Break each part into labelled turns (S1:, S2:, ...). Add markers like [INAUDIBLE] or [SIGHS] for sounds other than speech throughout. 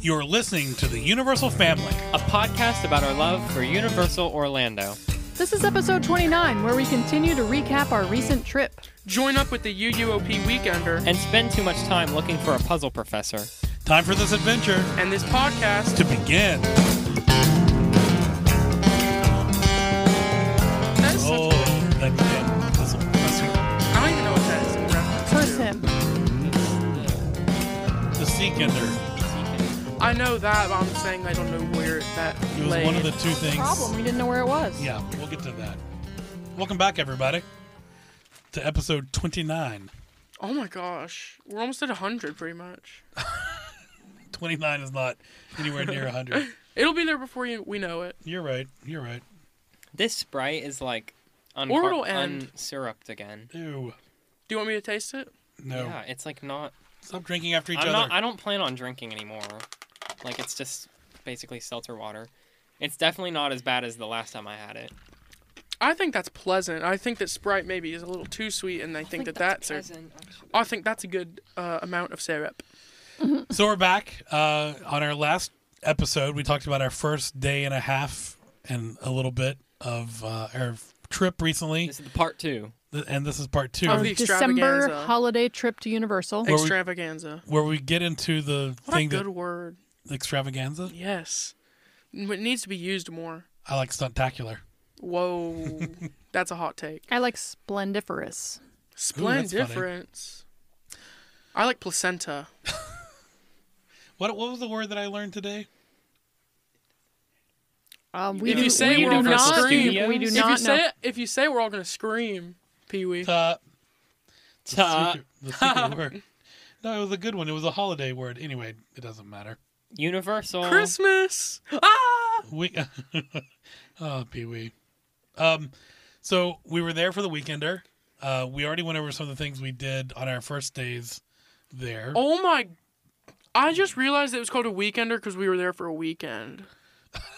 S1: You're listening to the Universal Family.
S2: a podcast about our love for Universal Orlando.
S3: This is episode 29, where we continue to recap our recent trip.
S4: Join up with the UUOP Weekender
S2: And spend too much time looking for a puzzle professor.
S1: Time for this adventure
S4: and this podcast.
S1: to begin.
S4: That is such-
S1: Oh, that damn puzzle. That's
S4: I don't even know what that is. in reference
S3: Curse
S4: to.
S3: him.
S1: The Seekender.
S4: I know that, but I'm saying I don't know where that
S1: It was
S4: lay.
S1: one of the two things.
S3: Problem, we didn't know where it was.
S1: Yeah, we'll get to that. Welcome back, everybody, to episode 29.
S4: oh my gosh, we're almost at hundred, pretty much.
S1: 29 is not anywhere near
S2: [LAUGHS]
S1: 100.
S4: It'll be there before you, we know it.
S1: You're right. You're right.
S2: This Sprite is like un-
S4: Or it'll end.
S2: unsyruped again.
S1: Ew.
S4: Do you want me to taste it?
S1: No.
S2: Yeah, it's like not.
S1: Stop drinking after each
S2: I'm
S1: other.
S2: not. I don't plan on drinking anymore. Like it's just basically seltzer water. It's definitely not as bad as the last time I had it.
S4: I think that's pleasant. I think that Sprite maybe is a little too sweet, and I think that that's. a, I think that's a good uh, amount of syrup.
S1: So we're back. Uh, on our last episode, we talked about our first day and a half and a little bit of uh, our trip recently,
S2: This is the part two.
S1: Th- and this is part two,
S4: Oh,
S3: Our
S4: the
S3: December
S4: extravaganza.
S3: holiday trip to Universal.
S1: Where we-
S4: Extravaganza.
S1: where we get into the
S4: What a
S1: thing
S4: good
S1: that
S4: word.
S1: extravaganza.
S4: Yes, it needs to be used more.
S1: I like stuntacular. [LAUGHS]
S4: Whoa, that's a hot take.
S3: I like splendiferous.
S1: funny.
S4: Splendiference. I like placenta.
S1: What what was the word that I learned today?
S3: Um, we
S4: If
S3: do,
S4: you say
S3: we
S4: we're
S3: do
S4: over
S3: not,
S2: Studios?
S3: we do
S4: If
S3: not
S4: you
S3: know.
S4: say it, if you say it, we're all gonna scream, Pee Wee.
S1: Uh, [LAUGHS]
S2: Ta-
S1: secret- the
S4: [LAUGHS]
S1: secret word. No, it was a good one. It was a holiday word. Anyway, it doesn't matter.
S2: Universal.
S4: Christmas. Ah.
S1: We, [LAUGHS] oh, Pee Wee. Um, so we were there for the weekender. Uh, we already went over some of the things we did on our first days there.
S4: Oh my. I just realized it was called a weekender because we were there for a weekend.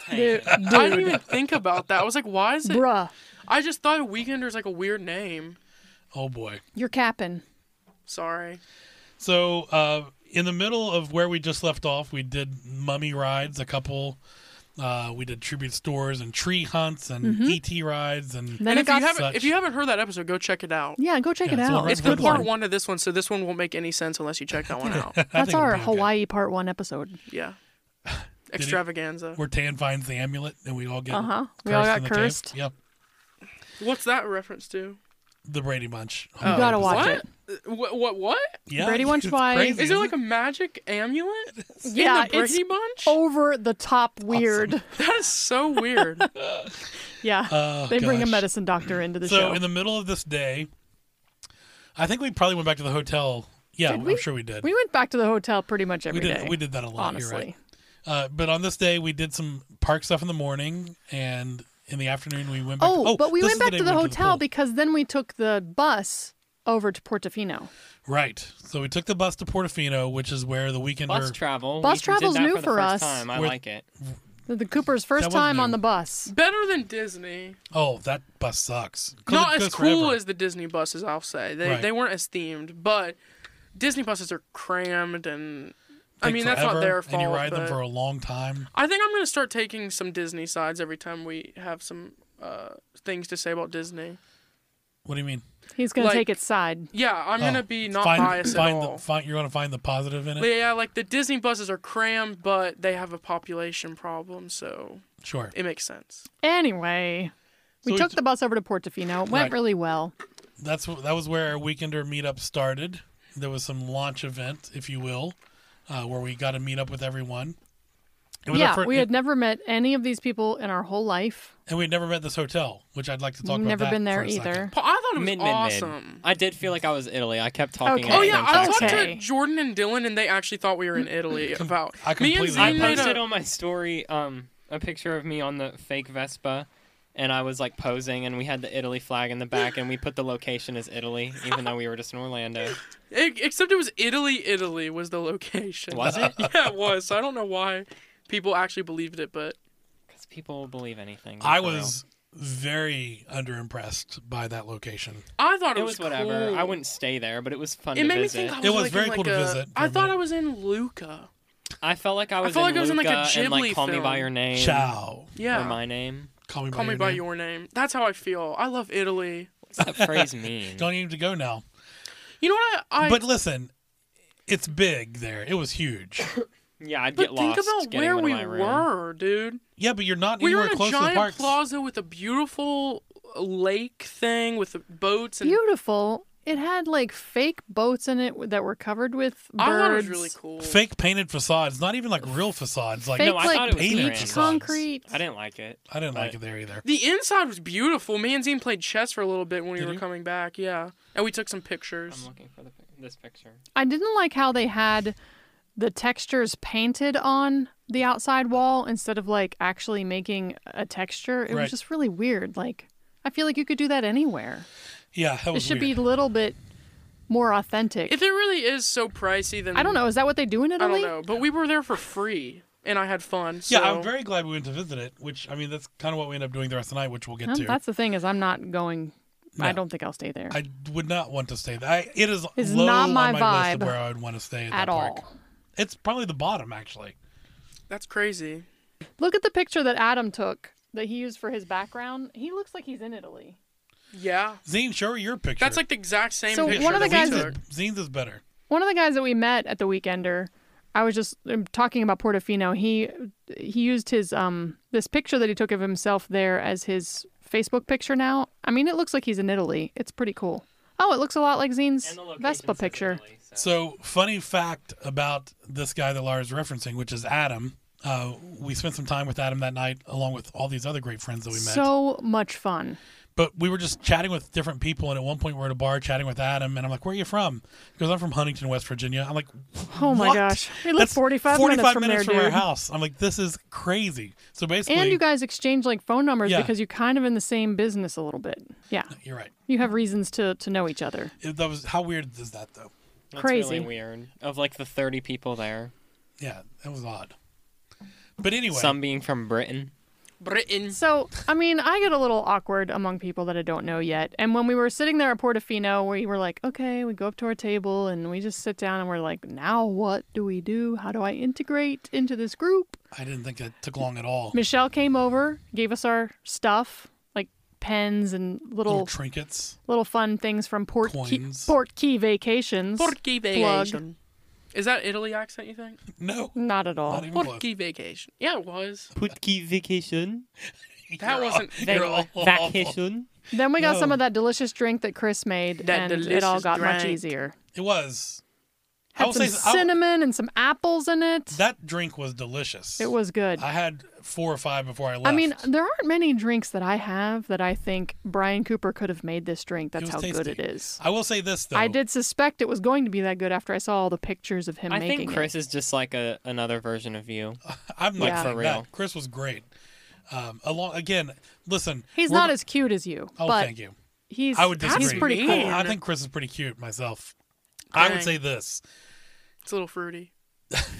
S3: Dude,
S4: I didn't even think about that. I was like, why is it?
S3: bruh,
S4: I just thought a weekender is like a weird name.
S1: Oh boy.
S3: you're capping.
S4: Sorry.
S1: So uh, in the middle of where we just left off, we did mummy rides, a couple. Uh, we did tribute stores and tree hunts and
S3: Mm-hmm.
S1: ET rides and
S3: Then
S4: And
S3: it
S4: if you
S3: got
S4: haven't
S1: such-
S4: if you haven't heard that episode, go check it out.
S3: yeah, go check
S1: Yeah,
S3: it
S1: it's all
S3: out.
S1: right.
S4: It's
S1: Good
S4: the part
S1: one.
S4: one of this one, so this one won't make any sense unless you check that
S1: [LAUGHS]
S4: one out.
S1: I
S3: That's
S1: think it'll
S3: our
S1: be okay.
S3: Hawaii part one episode.
S4: Yeah. Extravaganza.
S1: Where Tan finds the amulet and we all get
S3: Uh-huh. We all got
S1: in the cave.
S3: cursed.
S1: Yep,
S4: What's that reference to?
S1: the Brady Bunch. Oh,
S3: You gotta watch
S4: What?
S3: it.
S4: What? What? What?
S1: Yeah,
S3: Brady Bunch
S1: it's
S3: wise-
S1: crazy,
S4: Is it
S1: isn't
S4: like a magic amulet?
S3: Yeah,
S4: In the Brady
S3: it's Oh.
S4: Bunch?
S3: over the top
S1: [LAUGHS]
S3: weird.
S4: That is so
S3: [LAUGHS]
S4: weird.
S3: Yeah,
S1: Oh,
S3: they bring a
S1: gosh.
S3: medicine doctor into the
S1: so
S3: show.
S1: in the middle of this day, I think we probably went back to the hotel. Yeah,
S3: Did
S1: I'm
S3: we?
S1: sure we did.
S3: we went back to the hotel pretty much every
S1: We
S3: day.
S1: did we did that a lot.
S3: honestly.
S1: You're right. Uh, but on this day, we did some park stuff in the morning, and in the afternoon we went. back
S3: Oh,
S1: to,
S3: but we
S1: this
S3: went
S1: is
S3: back
S1: day
S3: to the
S1: we went
S3: hotel
S1: pool.
S3: because then we took the bus over to Portofino.
S1: right. So we took the bus to Portofino, which is where the weekender.
S2: Bus travel.
S3: Bus
S2: We did
S3: travel's
S2: that
S3: new
S2: for, the
S3: for
S2: first
S3: us.
S2: Time. I
S1: We're-
S2: like it.
S3: The, the Cooper's
S1: That
S3: first
S1: was
S3: time
S1: new.
S3: on the bus.
S4: Better than Disney.
S1: oh, that bus sucks. 'Cause
S4: Not
S1: it
S4: as
S1: goes
S4: cool
S1: forever.
S4: as the Disney buses, I'll say. They
S1: Right.
S4: they weren't as themed, but Disney buses are crammed and I
S1: Take
S4: mean that's not
S1: forever,
S4: their
S1: And
S4: fault.
S1: you ride them
S4: but
S1: for a long time.
S4: I think I'm gonna start taking some Disney sides every time we have some uh, things to say about Disney.
S1: What do you mean?
S3: He's going
S4: Like-
S3: to take its side.
S4: Yeah, I'm
S1: Oh,
S4: gonna be not
S1: find,
S4: biased
S1: find
S4: at all.
S1: The, find, you're going to find the positive in it.
S4: yeah, like the Disney buses are crammed, but they have a population problem, so
S1: Sure.
S4: it makes sense.
S3: Anyway, we
S1: So we
S3: took
S1: t-
S3: the bus over to Portofino. It went
S1: Right.
S3: really well.
S1: that's wh- that was where our weekender meetup started. There was some launch event, if you will, uh, where we got to meet up with everyone. It was our
S3: Yeah,
S1: fir-
S3: we had never met any of these people in our whole life.
S1: and we'd never met this hotel, which I'd like to talk about.
S3: Never
S1: that
S3: been
S1: for
S3: there
S1: a second.
S3: either.
S4: Pa- I thought it was
S2: Mid, mid, mid.
S4: awesome.
S2: I did feel like I was Italy. I kept talking.
S3: Okay.
S2: at
S4: Oh
S2: the
S4: yeah,
S2: same
S4: I
S2: time.
S4: talked to
S3: Okay.
S4: Jordan and Dylan, and they actually thought we were in
S2: [LAUGHS]
S4: Italy. About
S1: I completely
S4: me
S2: I
S4: and Z
S1: agree.
S4: made
S2: posted
S4: a,
S2: on my story um, a picture of me on the fake Vespa, and I was like posing, and we had the Italy flag in the back, and we put the location as Italy, even though we were just in Orlando.
S4: e- except it was Italy. Italy was the location.
S2: Was it?
S4: [LAUGHS] yeah, it was. So I don't know why people actually believed it, but
S2: Because people will believe anything.
S1: I
S2: for real.
S1: was very underimpressed by that location.
S4: I thought it,
S2: It was whatever. I wouldn't stay there, but it was fun
S4: It
S2: to
S4: made me
S2: visit.
S4: think I was
S1: It was
S4: like,
S1: very
S4: in, like
S1: cool to
S4: a-
S1: visit for
S4: I
S1: a
S4: thought
S1: minute.
S4: I was in Lucca.
S2: I felt like I was
S4: felt
S2: in
S4: like I was in, like, a
S2: Luca and like
S4: Ghibli
S2: Call Me by
S4: film.
S2: Your Name
S1: Ciao.
S4: Yeah.
S2: or My
S4: [LAUGHS]
S2: Name.
S1: Call me
S4: Call
S1: by
S4: me
S1: your
S4: by
S1: name.
S4: your name. That's how I feel. I love Italy.
S2: What's that
S1: [LAUGHS]
S2: phrase mean?
S1: Don't need to go now.
S4: You know what? I, I
S1: but listen, it's big there. It was huge.
S2: Yeah, I'd
S4: but
S2: get lost.
S4: think about
S2: getting
S4: where
S2: into
S4: we
S2: my room.
S4: were, dude.
S1: yeah, but you're not
S4: We were
S1: anywhere
S4: in a
S1: close to the
S4: giant
S1: parks.
S4: plaza with a beautiful lake thing with the boats and
S3: Beautiful. It had like fake boats in it that were covered with birds.
S4: I thought it was really cool.
S1: Fake painted facades, not even like real facades. Like
S3: Fake
S2: No, I thought
S3: like
S2: it was grand.
S3: beach
S2: Facades.
S3: concrete.
S2: I didn't like it.
S1: I didn't like
S2: but-
S1: it there either.
S4: The inside was beautiful. Me and Zine played chess for a little bit when we
S1: Did
S4: were
S1: you?
S4: coming back. Yeah, and we took some
S2: I'm
S4: pictures.
S2: looking for the, pic- this picture.
S3: I didn't like how they had the textures painted on the outside wall instead of like actually making a texture. It
S1: Right.
S3: was just really weird. Like I feel like you could do that anywhere.
S1: Yeah, that
S3: It
S1: was
S3: should
S1: weird.
S3: be a little bit more authentic.
S4: If it really is so pricey, then
S3: I don't know. Is that what they do in
S4: I
S3: Italy?
S4: don't know. But we were there for free, and I had fun. So.
S1: yeah, I'm very glad we went to visit it. Which I mean, that's kind of what we ended up doing the rest of the night, which we'll get
S3: Well,
S1: to.
S3: that's the thing is I'm not going.
S1: No.
S3: I don't think I'll stay there
S1: I would not want to stay there. I, it is
S3: It's
S1: low
S3: not my
S1: on my list of
S3: vibe
S1: where I would want to stay at,
S3: at
S1: that park.
S3: all.
S1: It's probably the bottom actually.
S4: That's crazy.
S3: Look at the picture that Adam took that he used for his background. He looks like he's in Italy.
S4: Yeah,
S1: Zine, show her your picture.
S4: that's like the exact same.
S3: So
S4: picture
S3: one of the
S4: that we
S3: guys
S1: Zine's
S4: took.
S1: is, Zine's is better.
S3: One of the guys that we met at the weekender, I was just um, talking about Portofino. He he used his um this picture that he took of himself there as his Facebook picture now. I mean, it looks like he's in Italy. It's pretty cool. Oh, it looks a lot like Zine's
S2: And the location
S3: Vespa
S2: says
S3: picture.
S2: Italy, so.
S1: So, funny fact about this guy that Lara's referencing, which is Adam. Uh, we spent some time with Adam that night, along with all these other great friends that we met.
S3: So much fun.
S1: but we were just chatting with different people, and at one point we were at a bar chatting with Adam, and I'm like, "Where are you from?" He goes, "I'm from Huntington, West Virginia." I'm like,
S3: Oh my
S1: "What?"
S3: gosh. We live
S1: That's
S3: 45 minutes from there,
S1: from our
S3: dude.
S1: house." I'm like, "This is crazy." So basically,
S3: And you guys exchange like phone numbers
S1: Yeah.
S3: because you're kind of in the same business a little bit. Yeah.
S1: are right.
S3: You have reasons to to know each other.
S1: It, that was how weird is that though?
S2: That's
S3: Crazy.
S2: really weird. Of like the 30 people there,
S1: Yeah, that was odd. But anyway,
S2: some being from Britain.
S4: Britain.
S3: So, I mean, I get a little awkward among people that I don't know yet. And when we were sitting there at Portofino, we were like, okay, we go up to our table and we just sit down and we're like, now what do we do? How do I integrate into this group?
S1: I didn't think it took long at all.
S3: Michelle came over, gave us our stuff, like pens and
S1: Little
S3: little
S1: trinkets.
S3: little fun things from Port Key,
S1: Coins.
S3: Port Key vacations.
S4: Porky
S3: Plug.
S4: vacation. Is that Italy accent? You think?
S1: No,
S3: Not at all.
S1: not even close.
S4: Porky vacation. Yeah, it was.
S2: Putki vacation.
S1: [LAUGHS]
S4: That
S1: You're
S4: wasn't-
S1: aw- you're awful.
S3: Then we got
S1: No.
S3: some of that delicious drink that Chris made,
S4: That
S3: and it all
S4: delicious
S3: got much
S4: drink.
S3: easier.
S1: It was. I
S3: Had
S1: will
S3: some
S1: say I will-
S3: cinnamon and some apples in it.
S1: that drink was delicious.
S3: it was good.
S1: I had four or five before I left.
S3: I mean, there aren't many drinks that I have that I think Brian Cooper could have made this drink. That's
S1: was
S3: how good it
S1: tasty.
S3: is.
S1: I will say this though.
S3: I did suspect it was going to be that good after I saw all the pictures of him
S2: I
S3: making
S2: think Chris is just like a, another version of you.
S1: I'm not
S3: Yeah.
S1: saying
S2: For real.
S1: that. Chris was great. Um, along again, listen.
S3: it. He's
S1: we're-
S3: not as cute as you,
S1: Oh,
S3: but
S1: thank you.
S3: he's
S1: I would disagree.
S3: he's pretty
S4: mean.
S3: cool.
S1: I think Chris is pretty cute myself. I would
S4: Dang.
S1: say this.
S4: It's a little fruity.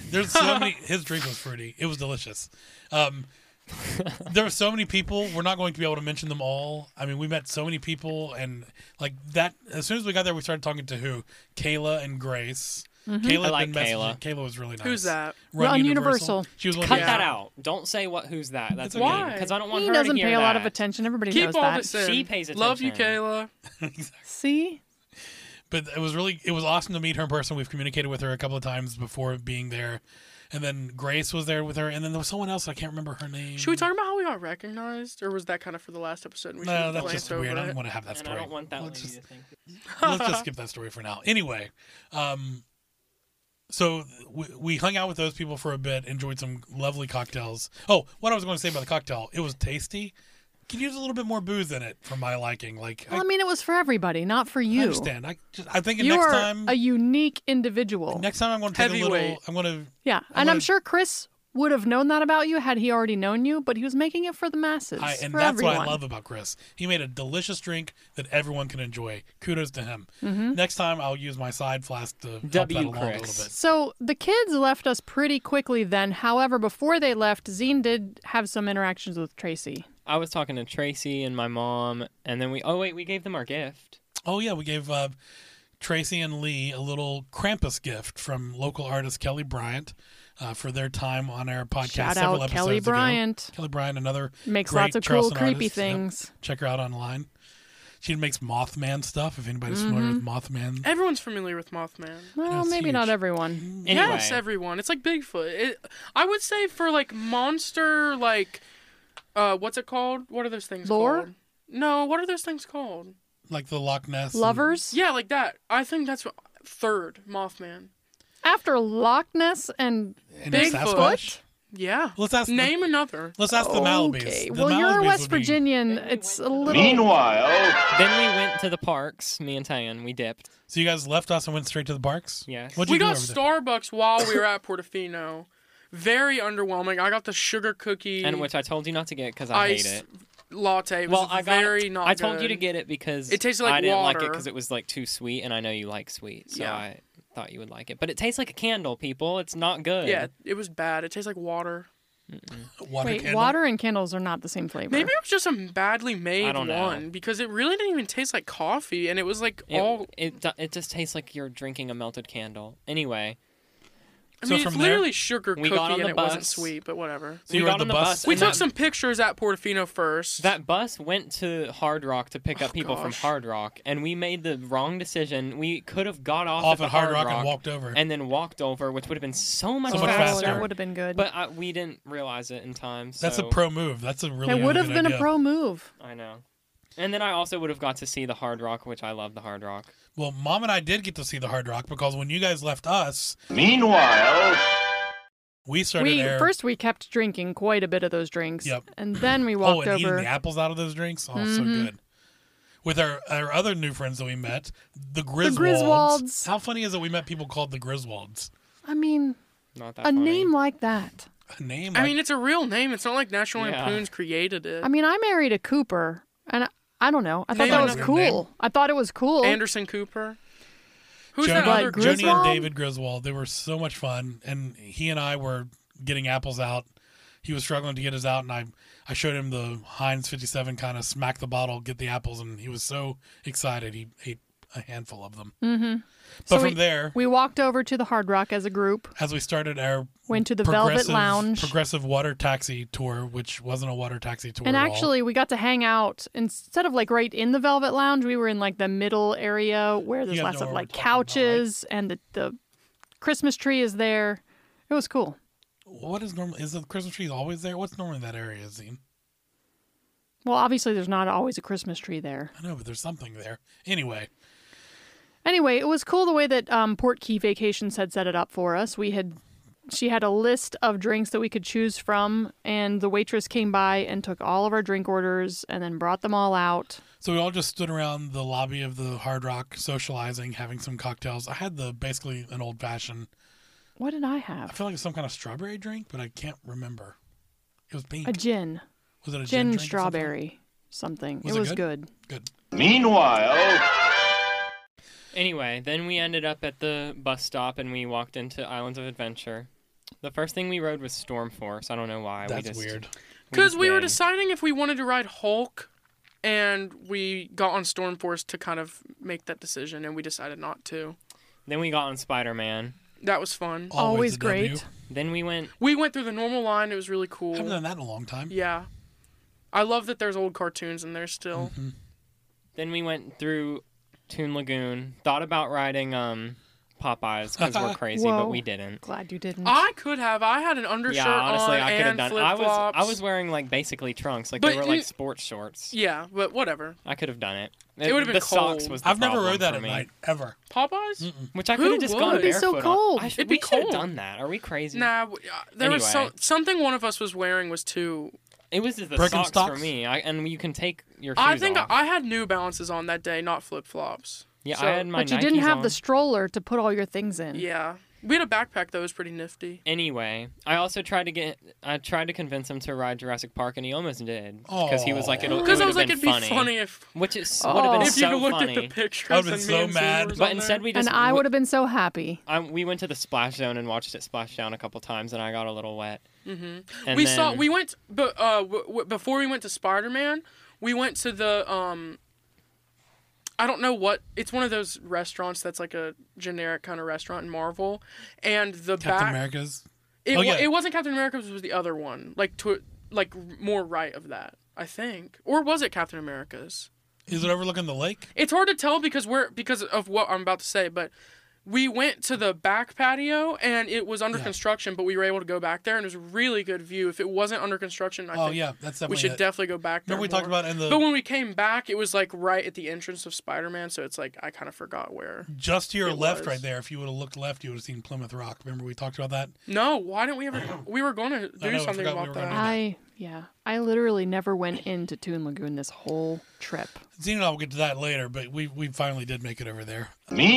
S1: There's so many. His drink was fruity. It was delicious. Um, there were so many people. We're not going to be able to mention them all. I mean, we met so many people, and like that. As soon as we got there, we started talking to who? Kayla and Grace. Kayla
S2: I like
S1: had been messaging-
S2: Kayla.
S1: Kayla was really nice.
S4: Who's that?
S1: Run,
S3: Run
S1: Universal.
S3: Universal.
S1: She was one
S2: Cut
S1: of
S4: Yeah.
S1: the,
S2: that out. Don't say what who's that. That's
S1: It's okay.
S2: mean because I don't want
S3: He
S2: her
S3: doesn't
S2: to hear
S3: pay a lot
S2: that.
S3: of attention. Everybody
S4: Keep
S3: knows
S4: all
S3: that.
S4: this in.
S2: She pays
S4: Love you,
S2: attention.
S4: Kayla.
S3: See,
S1: but it was really it was awesome to meet her in person. We've communicated with her a couple of times before being there, and then Grace was there with her, and then there was someone else I can't remember her name.
S4: Should we talk about how we got recognized, or was that kind of for the last episode? and We
S1: Mm. No,
S4: should
S1: that's
S4: glance
S1: just
S4: over
S1: weird. I
S4: it?
S1: don't want to have that
S2: And
S1: story.
S2: I don't want that
S1: Let's
S2: lady
S1: just-
S2: to think.
S1: let's just skip that story for now. Anyway, um, so we, we hung out with those people for a bit, enjoyed some lovely cocktails. Oh, what I was going to say about the cocktail, it was tasty. Could use a little bit more booze in it for my liking. Like I,
S3: well, I mean, it was for everybody, not for
S1: I
S3: you.
S1: understand. I just, I'm thinking
S3: You
S1: next
S3: are
S1: time.
S3: a unique individual.
S1: next time I'm going to take a little.
S4: Heavyweight.
S1: I'm going to.
S3: yeah,
S1: I
S3: and I'm
S1: wanna-
S3: sure Chris would have known that about you had he already known you, but he was making it for the masses,
S1: I, and
S3: for
S1: that's
S3: everyone.
S1: what I love about Chris. He made a delicious drink that everyone can enjoy. Kudos to him.
S3: Mm-hmm.
S1: Next time, I'll use my side flask to help
S2: W
S1: that along a
S2: Chris.
S1: little bit.
S3: So the kids left us pretty quickly then. However, before they left, Zine did have some interactions with Tracy.
S2: I was talking to Tracy and my mom, and then we. Oh wait, we gave them our gift.
S1: Oh yeah, we gave uh, Tracy and Lee a little Krampus gift from local artist Kelly Bryant uh, for their time on our podcast.
S3: Shout
S1: several
S3: out
S1: episodes
S3: Kelly
S1: ago.
S3: Bryant.
S1: Kelly Bryant, another
S3: Makes
S1: great
S3: lots of cool,
S1: Charleston
S3: creepy
S1: artist. Yep.
S3: things.
S1: Check her out online. She makes Mothman stuff. If anybody's familiar
S3: Mm-hmm.
S1: with Mothman,
S4: Everyone's familiar with Mothman.
S3: Well,
S1: it's
S3: maybe not
S1: huge.
S3: everyone.
S2: Anyway,
S4: Yes, everyone. It's like Bigfoot. It, I would say for like monster, like, uh, what's it called? What are those things
S3: Lore?
S4: called? No, what are those things called?
S1: like the Loch Ness and-
S3: Lovers?
S4: Yeah, like that. I think that's what, third Mothman.
S3: After Loch Ness and
S1: and
S4: Bigfoot?
S1: Sasquatch.
S4: Yeah.
S1: Let's ask
S4: Name another.
S1: The, let's ask the Malibus.
S3: Okay.
S1: The
S3: well, you're a
S1: Malibus
S3: West
S1: would be-
S3: Virginian. It's a little.
S5: Meanwhile,
S2: then we went to the parks. Me and Tyan, we dipped.
S1: So you guys left us and went straight to the parks.
S2: Yes.
S1: What'd you
S4: we
S1: do
S4: got
S1: over there?
S4: Starbucks while we were at Portofino. Very underwhelming. I got the sugar cookie
S2: And which I told you not to get because I
S4: ice
S2: hate it.
S4: latte. It was
S2: Well, I got.
S4: very not.
S2: I told you to
S4: good.
S2: get it because
S4: It tasted like
S2: I didn't like it
S4: water.
S2: because it was like too sweet, and I know you like sweet, so
S4: Yeah.
S2: I thought you would like it. But it tastes like a candle, people. It's not good.
S4: Yeah, it was bad. It tastes like water.
S1: Water
S3: Wait,
S1: candle?
S3: water and candles are not the same flavor.
S4: Maybe it was just a badly made
S2: I don't know.
S4: one because it really didn't even taste like coffee, and it was like
S2: It,
S4: all.
S2: it do- it just tastes like you're drinking a melted candle. Anyway,
S4: I
S1: So
S4: mean,
S1: from
S4: it's
S1: there-
S4: literally sugar
S2: We
S4: cookie,
S2: got on
S4: and
S2: the
S4: it wasn't
S2: bus.
S4: sweet, but whatever.
S1: So you
S2: we
S1: were
S2: got
S1: on the
S2: on the
S1: bus.
S2: bus
S4: We
S2: and
S4: took
S2: that-
S4: some pictures at Portofino first.
S2: That bus went to Hard Rock to pick up people from
S4: Oh, gosh.
S2: Hard Rock, and we made the wrong decision. We could have got off,
S1: off
S2: the
S1: at Hard Rock, and walked over.
S2: and then walked over, which would have been so much
S1: So
S3: Oh,
S1: much
S2: faster.
S1: faster.
S3: That would have been good.
S2: But I, we didn't realize it in time. So
S1: That's a pro move. That's a really.
S3: it would have
S1: good
S3: been a
S1: idea.
S3: pro move.
S2: I know. And then I also would have got to see the Hard Rock, which I love the Hard Rock.
S1: Well, mom and I did get to see the Hard Rock because when you guys left us,
S5: meanwhile,
S1: we started
S3: We
S1: there.
S3: first we kept drinking quite a bit of those drinks.
S1: Yep.
S3: And then we
S1: oh,
S3: walked
S1: and eating
S3: over.
S1: the apples out of those drinks, oh, so
S3: Mhm.
S1: good. With our, our other new friends that we met, the Griswolds.
S3: Griswolds.
S1: How funny is it we met people called the Griswolds?
S3: I mean,
S2: Not that
S3: a
S2: funny.
S3: name like that.
S1: A name.
S4: I
S1: like-
S4: mean, it's a real name. It's not like National
S2: Yeah.
S4: Lampoon's created it.
S3: I mean, I married a Cooper, and I, I don't know. I thought
S4: Name
S3: that
S4: and
S3: was
S1: name.
S3: cool. I thought it was cool.
S4: Anderson Cooper. Who's
S1: Joni,
S4: that
S3: But
S4: other
S1: Joni
S3: Griswold?
S1: and David Griswold. They were so much fun, and he and I were getting apples out. He was struggling to get his out, and I, I showed him the Heinz 57 kind of smack the bottle, get the apples, and he was so excited. He ate a handful of them. Mm-hmm. But
S3: So
S1: from
S3: we-
S1: there,
S3: We walked over to the Hard Rock as a group.
S1: as we started our
S3: Went to the Velvet
S1: progressive-
S3: Lounge.
S1: progressive water taxi tour, which wasn't a water taxi tour,
S3: And
S1: at all.
S3: actually, we got to hang out instead of like right in the Velvet Lounge. We were in like the middle area where there's
S1: guys
S3: lots
S1: know
S3: of
S1: what we're
S3: like
S1: talking about, right?
S3: couches and the, the Christmas tree is there. It was cool.
S1: what is normal? Is the Christmas tree always there? What's normally in that area, Zine?
S3: Well, obviously, there's not always a Christmas tree there.
S1: I know, but there's something there. Anyway,
S3: Anyway, it was cool the way that um, Port Key Vacations had set it up for us. We had she had a list of drinks that we could choose from, and the waitress came by and took all of our drink orders and then brought them all out.
S1: So we all just stood around the lobby of the Hard Rock, socializing, having some cocktails. I had the basically an old fashioned.
S3: What did I
S1: I
S3: have?
S1: feel like it's some kind of strawberry drink, but I can't remember. It was pink.
S3: A gin,
S1: was it a
S3: gin,
S1: gin, drink or
S3: strawberry, something.
S1: Was
S3: it
S1: it
S3: was
S1: good?
S3: good?
S1: something? Good.
S5: meanwhile,
S2: Anyway, then we ended up at the bus stop and we walked into Islands of Adventure. The first thing we rode was Storm Force. I don't know why. we
S1: That's
S2: just,
S1: weird.
S4: Because we were
S2: just
S4: deciding if we wanted to ride Hulk, and we got on Stormforce to kind of make that decision, and we decided not to.
S2: did. Then we got on Spider Man.
S4: That was fun.
S3: Always
S1: a W.
S3: great.
S2: Then we went.
S4: We went through the normal line. It was really
S1: I haven't
S4: cool.
S1: done that in a long time.
S4: Yeah, I love that there's old cartoons in there still.
S2: Then we went through Toon Lagoon. Thought about riding um Popeyes because
S4: [LAUGHS]
S2: we're crazy, but
S3: Whoa.
S2: we didn't.
S3: Glad you didn't.
S4: I could have. I had an undershirt
S2: yeah, honestly,
S4: on
S2: I could have
S4: and
S2: done.
S4: flip
S2: I was
S4: flops.
S2: I was wearing like basically trunks, like
S4: But
S2: they were
S4: you-
S2: like sports shorts.
S4: Yeah, but whatever.
S2: I could have done it.
S4: It would've been
S2: the socks
S4: cold.
S2: was. The
S1: I've never
S2: problem
S1: rode that
S2: for
S1: at
S2: me,
S1: night ever.
S4: Popeyes?
S2: which I
S4: Who
S2: could have just
S4: would?
S2: gone
S4: It'd
S3: be so
S2: barefoot on.
S3: cold.
S2: I should,
S4: It'd be
S2: we should have
S4: cold.
S2: done that. Are we crazy?
S4: Nah, we, uh, there was so,
S2: Anyway.
S4: something one of us was wearing was too.
S2: It was the
S1: Birkenstocks?
S2: socks for me, I, and you can take your shoes
S4: I think I,
S2: off.
S4: I had New Balances on that day, not flip flops.
S2: yeah,
S4: so-
S2: I had my.
S3: but you didn't
S2: Nikes
S3: have
S2: on.
S3: the stroller to put all your things
S2: Hmm.
S3: in.
S4: Yeah, we had a backpack that was pretty nifty.
S2: Anyway, I also tried to get. I tried to convince him to ride Jurassic Park, and he almost did because he was like, "It'll."
S4: Because
S2: it
S4: I was like,
S2: would've
S4: it'd
S2: been
S4: be funny if
S2: Which is
S3: Oh.
S2: would have been
S4: if
S2: so
S4: you looked
S2: funny.
S4: at the pictures.
S1: I would've been
S4: and me
S1: so
S4: and Zane
S1: mad.
S4: was
S2: but
S4: on
S2: instead,
S4: there.
S2: we just
S3: And I would have been so happy.
S2: I, we went to the splash zone and watched it splash down a couple times, and I got a little wet. Mm-hmm. And
S4: we saw
S2: then-
S4: we went but uh w- w- before we went to Spider Man, we went to the um I don't know what it's one of those restaurants that's like a generic kind of restaurant in Marvel, and the
S1: Captain
S4: back
S1: America's.
S4: it,
S1: Oh,
S4: wa-
S1: yeah.
S4: it wasn't Captain America it was the other one like to like more right of that I think or was it Captain America's?
S1: Is it overlooking the lake?
S4: It's hard to tell because we're because of what I'm about to say, but we went to the back patio and it was under
S1: Yeah.
S4: construction, but we were able to go back there and it was a really good view. If it wasn't under construction, I
S1: Oh
S4: think
S1: yeah, that's definitely.
S4: we should
S1: it.
S4: definitely go back there.
S1: Remember we talked
S4: more.
S1: about in the
S4: But when we came back, it was like right at the entrance of Spider-Man, so it's like I kind of forgot where.
S1: just to your
S4: It
S1: left,
S4: was.
S1: right there. If you would have looked left, you would have seen Plymouth Rock. Remember we talked about that?
S4: No, why didn't we
S1: [CLEARS THROAT]
S4: ever? We were going to do
S1: know, I
S4: something
S1: forgot we
S4: about
S1: were
S4: that.
S1: gonna
S3: I yeah. I literally never went into Toon Lagoon this whole trip.
S1: Xena and I will get to that later, but we we finally did make it over there.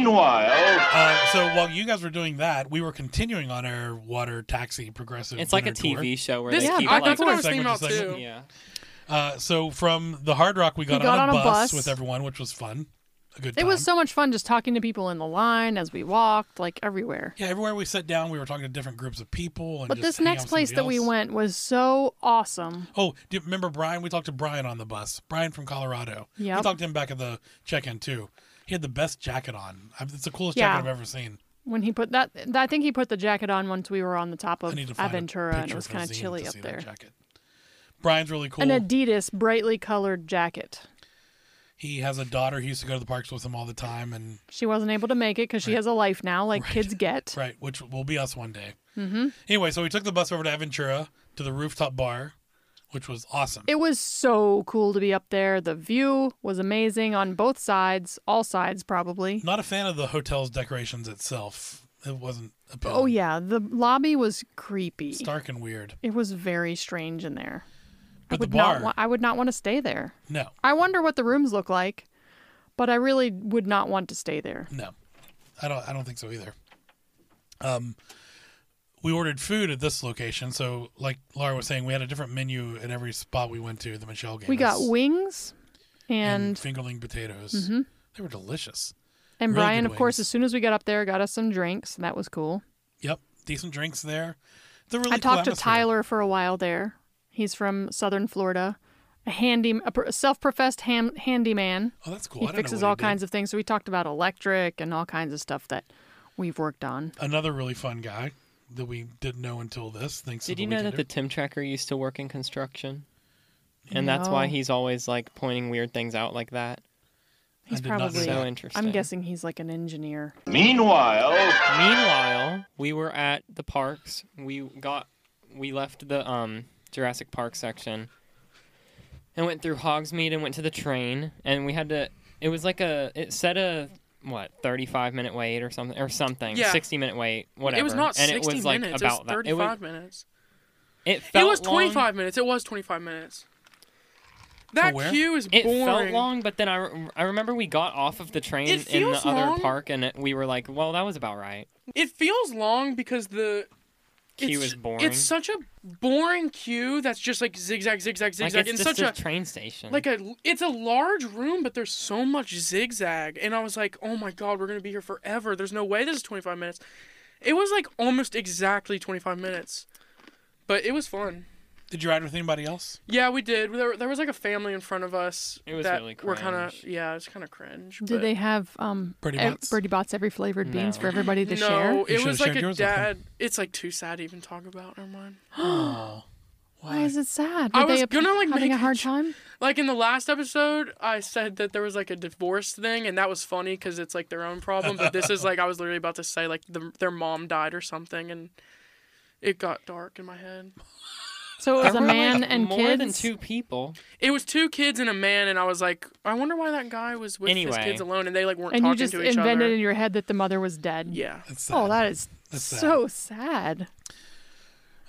S5: Meanwhile,
S1: Uh, so while you guys were doing that, we were continuing on our water taxi progressive.
S2: It's like a
S1: winter tour.
S2: TV show where
S4: This,
S2: they
S3: Yeah,
S2: keep
S4: I,
S2: like
S4: that's what I was
S1: Segment
S4: thinking
S1: to
S4: about too.
S1: segment.
S2: yeah.
S1: Uh, so from the Hard Rock, we got,
S3: got
S1: on,
S3: on a bus.
S1: with everyone, which was fun. A good.
S3: It
S1: time.
S3: was so much fun just talking to people in the line as we walked, like everywhere.
S1: Yeah, everywhere we sat down, we were talking to different groups of people. And
S3: But
S1: just
S3: this
S1: hang out
S3: next
S1: with
S3: place that
S1: somebody
S3: we
S1: else.
S3: went was so awesome.
S1: Oh, do you remember Brian? We talked to Brian on the bus. Brian from Colorado. We
S3: Yep.
S1: talked to him back at the check-in too. He had the best jacket on. I- It's the coolest
S3: Yeah.
S1: jacket I've ever seen.
S3: When he put that, I think he put the jacket on once we were on the top
S1: I
S3: of
S1: need to find a
S3: Aventura, and
S1: picture
S3: it was
S1: for
S3: kind
S1: Zine
S3: of chilly
S1: to
S3: up
S1: see
S3: there.
S1: That jacket. Brian's really cool.
S3: An Adidas brightly colored jacket.
S1: he has a daughter. He used to go to the parks with him all the time, and
S3: She wasn't able to make it because she has a life now, like kids get.
S1: right, which will be us one day. Mm-hmm. Anyway, so we took the bus over to Aventura to the rooftop bar, which was awesome.
S3: It was so cool to be up there. The view was amazing on both sides, all sides probably.
S1: Not a fan of the hotel's decorations itself. It wasn't appealing.
S3: Oh yeah, the lobby was creepy.
S1: stark and weird.
S3: It was very strange in there. I
S1: But the
S3: would
S1: bar,
S3: not. Wa- I would not want to stay there.
S1: no,
S3: I wonder what the rooms look like, but I really would not want to stay there.
S1: no, I don't. I don't think so either. Um, we ordered food at this location, so like Laura was saying, we had a different menu at every spot we went to. The Michelle gave
S3: We got
S1: us,
S3: wings, and and,
S1: fingerling potatoes.
S3: Mm-hmm.
S1: They were delicious. really
S3: Brian,
S1: good
S3: of course,
S1: wings.
S3: as soon as we got up there, got us some drinks. and That was cool.
S1: Yep, decent drinks there. The really
S3: I talked
S1: cool
S3: to
S1: atmosphere.
S3: Tyler for a while there. He's from Southern Florida, a handy, a pr- self-professed ham, handyman.
S1: Oh, that's cool. I
S3: He
S1: didn't know
S3: fixes
S1: what
S3: all
S1: did.
S3: kinds of things. So we talked about electric and all kinds of stuff that we've worked on.
S1: Another really fun guy that we didn't know until this. Thanks.
S2: Did
S1: to
S2: you
S1: the
S2: know that the
S1: Weekender.
S2: Tim Tracker used to work in construction? And that's why
S3: No.
S2: he's always like pointing weird things out like that.
S1: I
S3: He's
S1: did not know
S3: probably.
S1: that.
S2: So
S3: I'm
S2: interesting.
S3: guessing he's like an engineer.
S5: meanwhile,
S2: Meanwhile, we were at the parks. We got we left the um Jurassic Park section and went through Hogsmeade and went to the train and we had to it was like a it said a what 35 minute wait or something or something
S4: Yeah.
S2: 60 minute wait whatever
S4: It was not
S2: and
S4: 60
S2: it was like
S4: minutes.
S2: about
S4: it was
S2: that
S4: 35
S2: it was
S4: minutes.
S2: it, felt
S4: It was
S2: long.
S4: 25 minutes. It was 25 minutes. That
S1: where?
S4: queue is
S2: It
S4: boring.
S2: felt long, but then I, re- I remember we got off of the train
S4: It
S2: in the
S4: feels
S2: other
S4: long.
S2: park and it, we were like, well, that was about right.
S4: It feels long because the
S2: Queue
S4: it's,
S2: is boring.
S4: It's such a boring queue that's just like zigzag, zigzag,
S2: like
S4: zigzag,
S2: it's
S4: in
S2: just
S4: such
S2: a,
S4: a
S2: train station.
S4: like a it's a large room, but there's so much zigzag, and I was like, oh my god, we're gonna be here forever. There's no way this is 25 minutes. It was like almost exactly 25 minutes, but it was fun.
S1: Did you ride with anybody
S2: [GASPS]
S1: else?
S4: Yeah, we did. There, there was like a family in front of us.
S2: It was
S4: that
S2: really
S4: We're kind of
S2: cringe.
S4: yeah, it's kind of cringe.
S3: Did
S4: but-
S3: they have um
S1: Birdie
S3: ev-
S1: Bots?
S3: Birdie Bots every flavored beans
S2: No.
S3: for everybody to
S4: no,
S3: share?
S1: You
S4: it
S1: should've
S4: was like
S1: shared
S4: a
S1: yours with them.
S4: dad. It's like too sad to even talk about. Never mind.
S1: oh,
S3: Why is it sad?
S4: I
S3: Were
S4: was
S3: they
S4: gonna, like,
S3: having
S4: make
S3: a
S4: a
S3: hard
S4: j-
S3: time.
S4: Like in the last episode, I said that there was like a divorce thing, and that was funny because it's like their own problem. But this is like I was literally about to say like the, their mom died or something, and it got dark in my head.
S3: So it
S2: There
S3: was a
S2: were, like,
S3: man and
S2: more
S3: kids.
S2: than two people.
S4: It was two kids and a man, and I was like, I wonder why that guy was with his
S2: Anyway.
S4: kids alone, and they like weren't
S3: and
S4: talking
S3: you just
S4: to each
S3: invented
S4: other.
S3: in your head that the mother was dead.
S4: Yeah,
S1: that's sad.
S3: Oh, that is
S1: That's sad.
S3: so sad.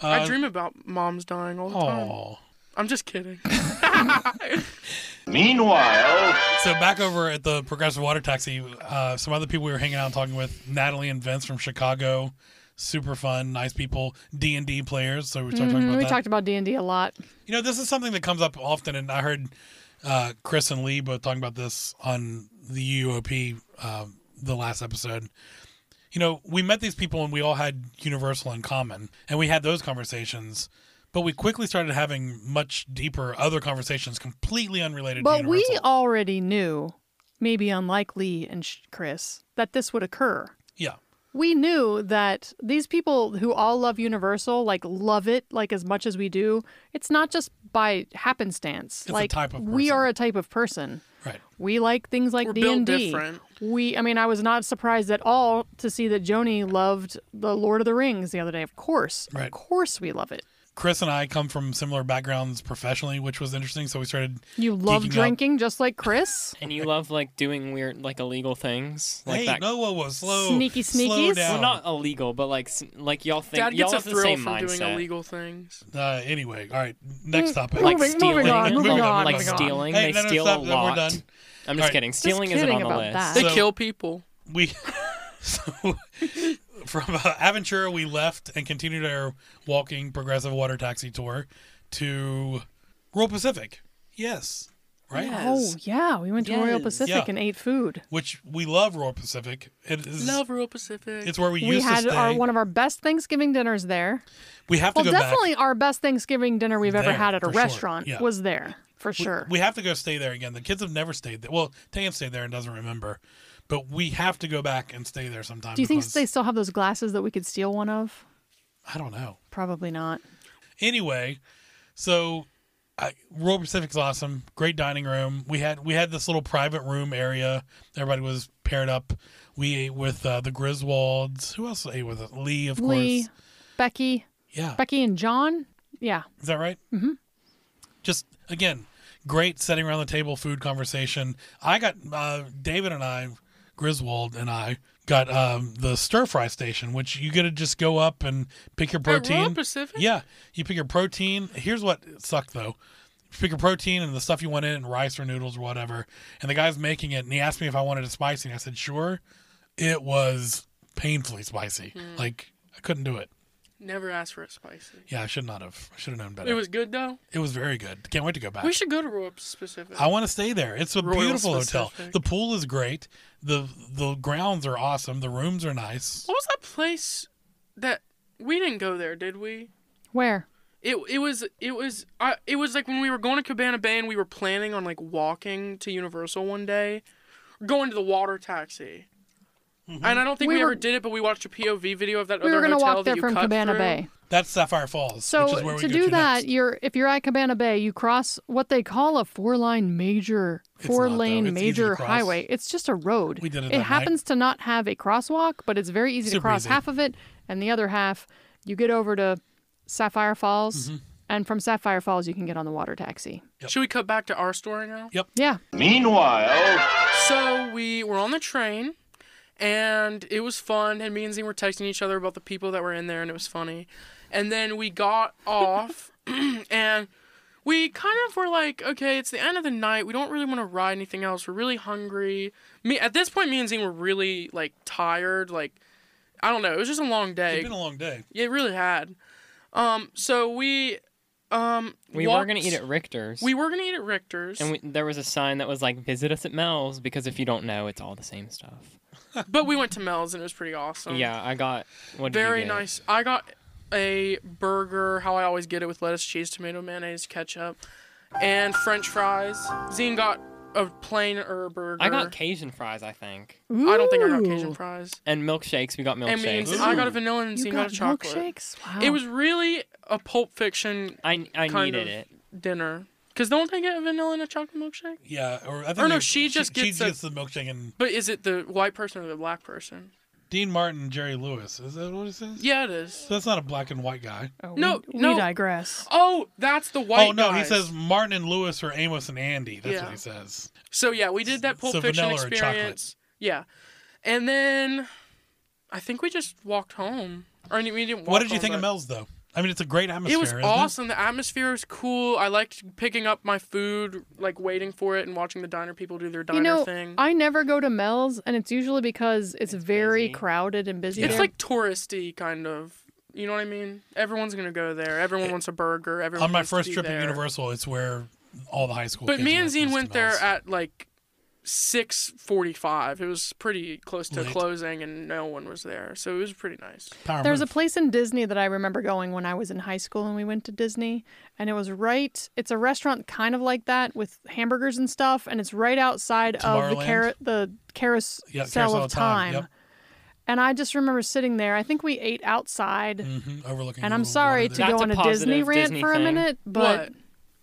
S1: Uh,
S4: I dream about moms dying all the time.
S1: Oh.
S4: I'm just kidding.
S5: meanwhile,
S1: So back over at the Progressive Water Taxi, uh, some other people we were hanging out and talking with, Natalie and Vince from Chicago, super fun, nice people, D and D players. So we started talking
S3: Mhm,
S1: about
S3: we
S1: that.
S3: talked about D and D a lot.
S1: you know, this is something that comes up often, and I heard uh, Chris and Lee both talking about this on the UOP um, the last episode. You know, we met these people and we all had Universal in common, and we had those conversations. But we quickly started having much deeper other conversations, completely unrelated. to
S3: But we
S1: Universal.
S3: already knew maybe unlikely and sh- Chris that this would occur.
S1: Yeah.
S3: We knew that these people who all love Universal, like love it like as much as we do, it's not just by happenstance.
S1: a
S3: like
S1: type of
S3: we
S1: person.
S3: are a type of person.
S1: Right.
S3: We like things like
S4: We're
S3: D and
S4: built
S3: D.
S4: different.
S3: We, I mean, I was not surprised at all to see that Joni loved the Lord of the Rings the other day. Of course,
S1: Right.
S3: of course, we love it.
S1: Chris and I come from similar backgrounds professionally, which was interesting. So we started.
S3: You love
S1: Geeking out.
S3: drinking just like Chris.
S2: And you love like doing weird, like illegal things, like
S1: hey,
S2: that.
S1: no, whoa, whoa, slow,
S3: Sneaky
S1: slow
S3: sneakies?
S1: down.
S2: Well, not illegal, but like s- like y'all think
S4: Dad
S2: y'all
S4: gets a
S2: have the
S4: thrill
S2: same
S4: from
S2: mindset.
S4: doing illegal things.
S1: uh, anyway, all right.
S3: Mm.
S1: Next topic.
S2: Like
S3: Moving-
S2: stealing,
S3: moving on,
S2: like-
S1: moving on,
S2: like
S1: moving
S3: on.
S2: stealing,
S1: Hey,
S2: they
S1: no, no,
S2: steal
S1: stop,
S2: a
S1: no, we're
S2: lot.
S1: done.
S2: I'm
S1: All
S2: just
S1: right.
S2: kidding.
S3: Just
S2: Stealing isn't
S3: kidding
S2: on the
S3: about
S2: list.
S3: that.
S4: They
S1: So-
S4: kill people.
S1: we [LAUGHS] so [LAUGHS] from uh, Aventura we left and continued our walking progressive water taxi tour to Royal Pacific. Yes, right.
S3: Oh yeah, we went to Royal
S2: Yes.
S3: Pacific
S1: Yeah.
S3: and ate food.
S1: Which we love Royal Pacific. It is
S4: Love Real Pacific.
S1: it's where we,
S3: we
S1: used
S3: had
S1: to stay.
S3: our one of our best Thanksgiving dinners there.
S1: we have to
S3: Well,
S1: go
S3: definitely
S1: back.
S3: our best Thanksgiving dinner we've ever
S1: There,
S3: had at a
S1: for sure.
S3: restaurant
S1: Yeah.
S3: was there for sure.
S1: We have to go stay there again. The kids have never stayed there. Well, Tam stayed there and doesn't remember, but we have to go back and stay there sometime.
S3: Do you think
S1: because-
S3: they still have those glasses that we could steal one of?
S1: I don't know.
S3: Probably not.
S1: anyway, so I, Royal Pacific's awesome. Great dining room. We had we had this little private room area. Everybody was paired up. We ate with uh, the Griswolds. Who else ate with us? Lee, of
S3: Lee,
S1: course.
S3: Becky,
S1: Yeah,
S3: Becky and John. Yeah,
S1: is that right? Mm-hmm. Just again, great sitting around the table, food conversation. I got uh, David and I, Griswold and I. Got um, the stir fry station, which you get to just go up and pick your
S4: At
S1: protein.
S4: Royal Pacific.
S1: Yeah, you pick your protein. Here's what sucked though. You pick your protein and the stuff you want in, and rice or noodles or whatever. And the guy's making it, and he asked me if I wanted it spicy, and I said sure. It was painfully spicy. Like I couldn't do it.
S4: Never asked for it spicy.
S1: Yeah, I should not have. I should have known better.
S4: It was good though.
S1: It was very good. Can't wait to go back.
S4: We should go to Royal Pacific.
S1: I want to stay there. It's a
S4: Royal
S1: beautiful hotel.
S4: Pacific.
S1: The pool is great. the The grounds are awesome. The rooms are nice.
S4: What was that place that we didn't go there, did we?
S3: where?
S4: It it was it was I it was like when we were going to Cabana Bay and we were planning on like walking to Universal one day, going to the water taxi. And I don't think
S3: We
S4: we,
S3: were-
S4: ever did it, but we watched a POV video of that
S3: we
S4: other
S3: were gonna
S4: hotel
S3: walk
S4: that
S3: there
S4: you
S3: from
S4: cut
S3: Cabana
S4: through.
S3: Bay.
S1: That's Sapphire Falls, which is where we
S3: So to
S1: go
S3: do
S1: to
S3: that,
S1: next.
S3: you're if you're at Cabana Bay, you cross what they call a four-line major,
S1: not, though.
S3: four-lane
S1: It's easy to
S3: major
S1: cross.
S3: highway. It's just a road.
S1: We did it that
S3: It
S1: night.
S3: happens to not have a crosswalk, but it's very easy to
S1: Super
S3: cross
S1: easy.
S3: half of it, and the other half, you get over to Sapphire Falls,
S1: Mm-hmm.
S3: and from Sapphire Falls, you can get on the water taxi.
S4: Should we cut back to our story now?
S3: Yeah,
S5: Meanwhile,
S4: So we were on the train, and it was fun. And me and Z were texting each other about the people that were in there, and it was funny. And then
S1: [LAUGHS]
S4: we got off, [CLEARS THROAT] and we kind of were like, okay, it's the end of the night. We don't really want to ride anything else. We're really hungry. Me at this point, me and Z were really like tired. Like I don't know. It was just a long day.
S1: It's been a long day.
S4: it really had. Um. So we, um.
S2: We were
S4: walked-
S2: gonna eat at Richter's.
S4: We were gonna eat at Richter's,
S2: and we, there was a sign that was like, "Visit us at Mel's," because if you don't know, it's all the same stuff.
S4: but we went to Mel's and it was pretty awesome.
S2: yeah, I got what? did you
S4: Um, Very
S2: get?
S4: nice. I got a burger, how I always get it with lettuce, cheese, tomato, mayonnaise, ketchup, and French fries. Zine got a plain herb burger.
S2: I got Cajun fries, I think,
S4: I don't think I got
S3: Ooh.
S4: Cajun fries.
S2: and milkshakes. We got
S4: And me,
S2: milkshakes.
S4: and Zine- I got a vanilla and
S3: You
S4: Zine got,
S3: got Oh.
S4: a chocolate.
S3: milkshakes. Wow.
S4: It was really a Pulp Fiction
S2: I I
S4: kind
S2: needed
S4: of
S2: it.
S4: dinner. Cause don't they get a vanilla and a chocolate milkshake?
S1: Yeah, or I think
S4: Or Oh, no,
S1: they-
S4: she just
S1: she,
S4: gets
S1: she
S4: a-
S1: gets the milkshake and
S4: But is it the white person or the black person?
S1: Dean Martin, and Jerry Lewis. Is that what it says?
S4: Yeah, it is.
S1: So that's not a black and white guy.
S3: Oh,
S4: no,
S3: we,
S4: no.
S3: We digress.
S4: Oh, that's the white.
S1: oh no,
S4: guys.
S1: he says Martin and Lewis or Amos and Andy. That's what
S4: Yeah.
S1: he says.
S4: So yeah, we did that Pulp
S1: So
S4: Fiction
S1: vanilla or chocolate?
S4: experience. Yeah, and then I think we just walked home. Or I mean, we didn't. Walk
S1: what did you
S4: home,
S1: think of
S4: but-
S1: Mel's though? I mean, it's a great atmosphere.
S4: It was
S1: isn't
S4: awesome. The atmosphere was cool. I liked picking up my food, like waiting for it, and watching the diner people do
S1: Oh,
S4: their diner
S3: You know,
S4: thing.
S3: I never go to Mel's, and it's usually because it's, very
S2: busy.
S3: crowded and busy.
S4: it's
S3: there.
S4: like touristy kind of. You know what I mean? Everyone's gonna go there. Everyone wants a burger. Everyone
S1: On my
S4: wants to
S1: first
S4: be
S1: trip
S4: there.
S1: at Universal, it's where all the high school.
S4: But
S1: kids
S4: me and
S1: went,
S4: Zine
S1: was
S4: went
S1: to
S4: there
S1: Mel's.
S4: at like six forty-five. It was pretty close to
S1: Late.
S4: closing, and no one was there, so it was pretty nice.
S1: Power
S3: There's a
S1: move.
S3: place in Disney that I remember going when I was in high school and we went to Disney. And it was right, it's a restaurant kind of like that with hamburgers and stuff. And it's right outside of the,
S1: Tomorrowland?
S3: car- the carousel,
S1: Yeah, Carousel
S3: of
S1: of Time,
S3: time.
S1: yep.
S3: And I just remember sitting there. I think we ate outside.
S1: Mhm, overlooking.
S3: And
S1: the
S3: I'm
S1: little
S3: sorry
S1: water
S3: to
S1: there.
S2: That's
S3: go
S2: a
S3: on a
S2: positive
S3: Disney rant
S2: Disney
S3: for a
S2: thing.
S3: minute, but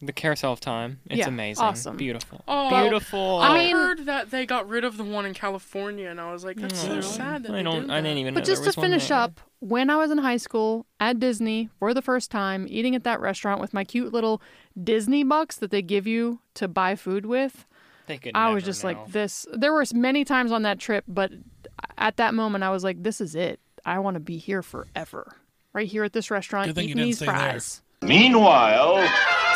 S4: But
S2: The Carousel of Time. It's
S3: Yeah,
S2: amazing.
S3: awesome.
S2: Beautiful.
S4: Oh,
S2: Beautiful.
S4: I
S3: mean-
S4: heard that they got rid of the one in California, and I was like, that's so
S2: Really?
S4: sad that
S2: I
S4: they
S2: don't.
S4: did
S2: I
S4: that.
S2: didn't even.
S3: But
S2: know
S3: just
S2: there
S3: to
S2: was one
S3: finish
S2: there.
S3: up, when I was in high school at Disney for the first time, eating at that restaurant with my cute little Disney bucks that they give you to buy food with,
S2: They could
S3: I was
S2: never
S3: just
S2: know. Oh,
S3: like, this. There were many times on that trip, but at that moment, I was like, this is it. I want to be here forever. Right here at this restaurant,
S1: Good thing you
S3: eating
S1: didn't
S3: these
S1: stay there.
S3: fries.
S5: Meanwhile,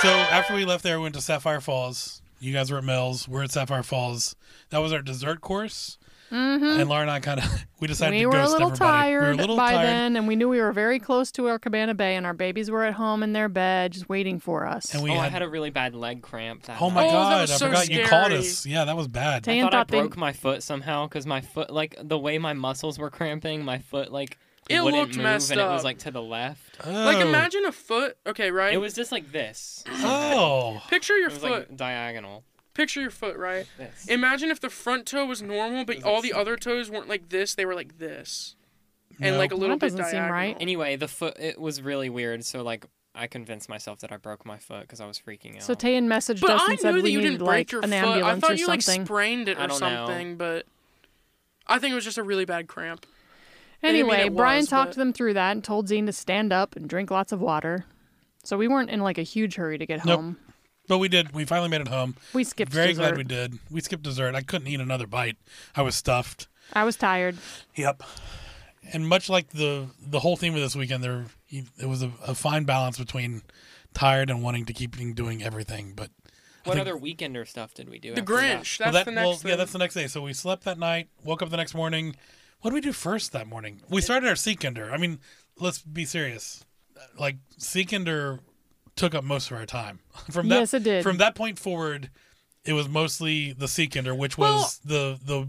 S1: So after we left there, we went to Sapphire Falls. You guys were at Mel's. We're at Sapphire Falls. That was our dessert course. Mm-hmm. And Laura and I kind of [LAUGHS] we decided
S3: We
S1: to
S3: were a
S1: ghost
S3: little
S1: everybody.
S3: tired
S1: we were a little
S3: by
S1: tired,
S3: then, and we knew we were very close to our Cabana Bay, and our babies were at home in their bed, just waiting for us.
S1: and we
S2: oh, I
S1: had,
S2: had a really bad leg cramp. That
S1: oh my
S2: night.
S4: that
S1: god,
S4: was
S1: I
S4: so
S1: forgot you caught
S4: scary.
S1: us. Yeah, that was bad.
S3: Tan
S2: I thought I
S3: thought they-
S2: broke my foot somehow because my foot, like the way my muscles were cramping, my foot like
S4: It
S2: wouldn't
S4: looked
S2: move
S4: messed
S2: and it was
S4: up.
S2: like to the left.
S4: Like
S1: Oh.
S4: imagine a foot. Okay, right.
S2: It was just like this.
S1: [LAUGHS] Oh,
S4: picture your
S2: It was
S4: foot.
S2: like diagonal.
S4: Picture your foot, right?
S2: This.
S4: Imagine if the front toe was normal, but all the other toes weren't like this; they were like this, and
S1: No.
S4: like a little
S3: That
S4: bit
S3: doesn't seem
S4: diagonal.
S3: right.
S2: Anyway, the foot it was really weird. So like I convinced myself that I broke my foot because I was freaking out.
S3: So Tayan messaged
S4: But
S3: us
S4: I
S3: and said
S4: knew that
S3: we
S4: you
S3: needed
S4: didn't break
S3: like
S4: your
S3: an
S4: foot. I
S3: ambulance
S4: thought
S3: or
S4: you like
S3: something.
S4: sprained it
S2: I
S4: or
S2: don't know.
S4: something, but I think it was just a really bad cramp. didn't mean
S3: anyway,
S4: it
S3: Brian
S4: was,
S3: talked
S4: but-
S3: to them through that and told Zine to stand up and drink lots of water. So we weren't in like a huge hurry to get
S1: Nope.
S3: home.
S1: but we did. We finally made it home.
S3: We skipped
S1: Very
S3: dessert.
S1: glad we did. We skipped dessert. I couldn't eat another bite. I was stuffed.
S3: I was tired.
S1: Yep. And much like the the whole theme of this weekend, there you- it was a, a fine balance between tired and wanting to keep doing everything. But
S4: [LAUGHS]
S2: what
S1: think-
S2: other weekender stuff did we do?
S4: The
S2: after that?
S4: Grinch. That's
S1: well,
S4: the
S1: that- well,
S4: next
S1: yeah,
S4: thing.
S1: that's the next day. So we slept that night, woke up the next morning. What did we do first that morning? We started our Seekender. I mean, let's be serious. Like Seekender took up most of our time. [LAUGHS] From that,
S3: Yes, it did.
S1: From that point forward, it was mostly the Seekender, which was the the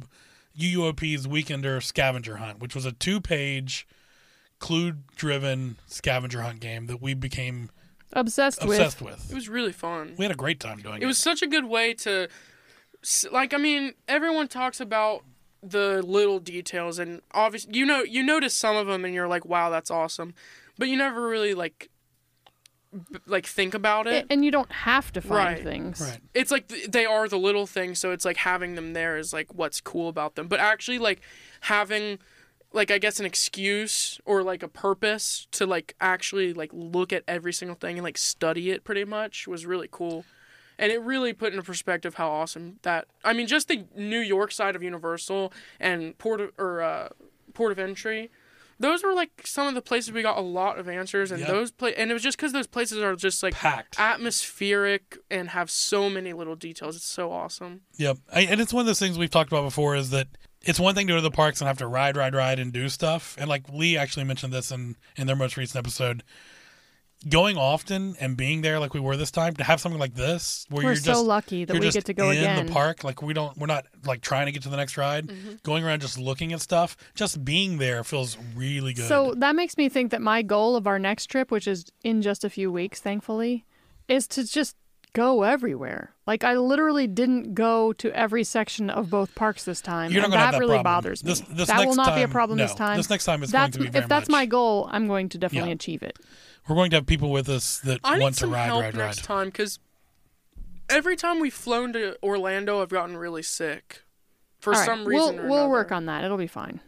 S1: UUOP's Weekender scavenger hunt, which was a two page clue driven scavenger hunt game that we became
S3: Obsessed,
S1: obsessed
S3: with.
S1: with.
S4: It was really fun.
S1: We had a great time doing it.
S4: It was such a good way to, s- like, I mean, everyone talks about the little details, and obviously, you know, you notice some of them, and you're like, wow, that's awesome, but you never really like, b- like think about it.
S3: A- and you don't have to find
S4: Right.
S3: things.
S1: right.
S4: it's like th- they are the little things so it's like having them there is like what's cool about them but actually like having like i guess an excuse or like a purpose to like actually like look at every single thing and like study it pretty much was really cool and it really put into perspective how awesome that i mean just the new york side of universal and port of, or uh, port of entry those were like some of the places we got a lot of answers and
S1: Yeah.
S4: those pla- and it was just because those places are just like
S1: Packed.
S4: atmospheric and have so many little details. It's so awesome.
S1: Yep. I, and it's one of those things we've talked about before is that it's one thing to go to the parks and have to ride, ride, ride and do stuff. And like Lee actually mentioned this in, in their most recent episode. Going often and being there like we were this time to have something like this where
S3: We're
S1: you're
S3: so
S1: just
S3: lucky that
S1: you're
S3: we
S1: just
S3: get to go
S1: in
S3: again.
S1: the park like we don't we're not like trying to get to the next ride
S4: Mm-hmm.
S1: going around just looking at stuff just being there feels really good
S3: So that makes me think that my goal of our next trip, which is in just a few weeks, thankfully, is to just go everywhere. Like I literally didn't go to every section of both parks this time.
S1: You're not
S3: and
S1: gonna
S3: that,
S1: have that
S3: really
S1: problem.
S3: bothers me.
S1: This- this
S3: that will
S1: next
S3: not be a
S1: time-
S3: problem
S1: no.
S3: this time.
S1: This next time it's going
S3: that's,
S1: to be
S3: If
S1: very
S3: that's
S1: much.
S3: my goal, I'm going to definitely
S1: Yeah.
S3: achieve it.
S1: we're going to have people with us that
S4: I need
S1: want to
S4: some
S1: ride
S4: help
S1: ride ride
S4: next time because every time we've flown to Orlando, I've gotten really sick for
S3: All right,
S4: some reason.
S3: We'll,
S4: or
S3: we'll work
S4: another.
S3: on that. It'll be fine.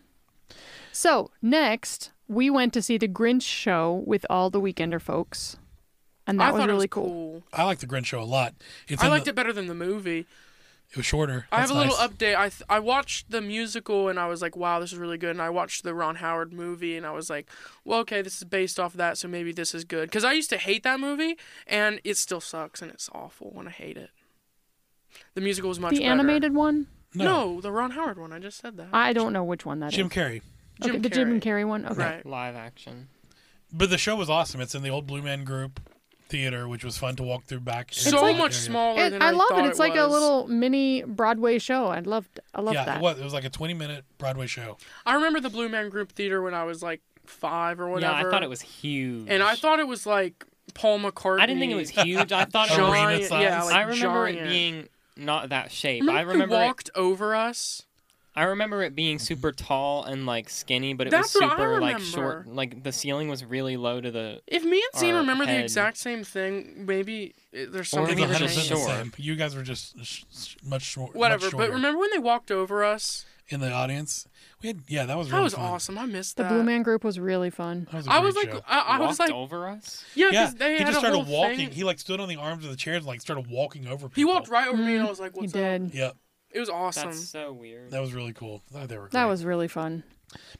S3: So next, we went to see the Grinch show with all the Weekender folks, and that
S4: I
S3: was
S4: thought it
S3: really
S4: was
S3: cool.
S4: cool.
S1: I like the Grinch show a lot it's
S4: I
S1: in
S4: liked
S1: the-
S4: it better than the movie.
S1: it was shorter
S4: I have
S1: That's
S4: a little
S1: nice.
S4: update. I th- I watched the musical and I was like, wow, this is really good. And I watched the Ron Howard movie and I was like, well, okay, this is based off of that, so maybe this is good. Because I used to hate that movie and it still sucks and it's awful when I hate it. The musical was much
S3: The
S4: better.
S3: animated one?
S1: no,
S4: No. the Ron Howard one. I just said that.
S3: I don't know which one that is.
S1: Jim Carrey
S3: Okay,
S4: Jim
S3: the Jim
S4: Carrey.
S3: Carrey one. Okay.
S4: Right.
S2: Live action.
S1: but the show was awesome it's in the old Blue Man Group theater, which was fun to walk through back. in
S4: So
S1: the
S3: like-
S4: much
S1: area.
S4: smaller
S3: It,
S4: than I,
S3: I love
S4: thought
S3: it. It's like a
S4: was.
S3: little mini Broadway show. I loved. I love
S1: yeah,
S3: that.
S1: it was. It was like a twenty-minute Broadway show.
S4: I remember the Blue Man Group Theater when I was like five or whatever.
S2: Yeah, I thought it was huge.
S4: And I thought it was like Paul McCartney.
S2: I didn't think it was huge. I thought it
S1: Arena
S2: was.
S4: giant.
S1: size.
S4: Yeah, like
S2: I remember
S4: giant.
S2: it being not that shape.
S4: Remember
S2: I remember
S4: they
S2: it,
S4: [LAUGHS] walked over us.
S2: I remember it being super tall and like skinny, but it
S4: That's
S2: was
S4: what I
S2: super like short.
S4: remember.
S2: Like the ceiling was really low to the.
S4: If me and Sam
S2: Our
S4: remember the
S2: head.
S4: exact same thing, maybe it, there's
S2: Or
S4: something
S2: we
S1: It's
S2: were
S1: 100%
S4: that's
S2: just
S1: the
S4: changed.
S2: short.
S1: same. You guys were just sh- sh- much, shor- much
S4: Whatever.
S1: shorter
S4: But remember when they walked over us?
S1: in the audience, we had yeah, that was
S4: That
S1: really
S4: was
S1: fun.
S4: awesome. I missed
S3: the
S4: that.
S3: Blue Man Group was really fun.
S1: That was a
S4: I
S1: great
S4: was like,
S1: show.
S4: I, I was
S2: walked
S4: like,
S2: over us.
S4: yeah,
S1: yeah,
S4: because they
S1: he
S4: had
S1: just
S4: a
S1: started
S4: whole
S1: walking.
S4: thing.
S1: He like stood on the arms of the chairs and like started walking over people.
S4: He walked right over me, and I
S3: Mhm.
S4: was like,
S3: He
S4: "What's up?"
S3: did.
S1: Yep,
S4: It was awesome.
S2: That's so weird.
S1: that was really cool. Oh, they were
S3: That
S1: great.
S3: was really fun.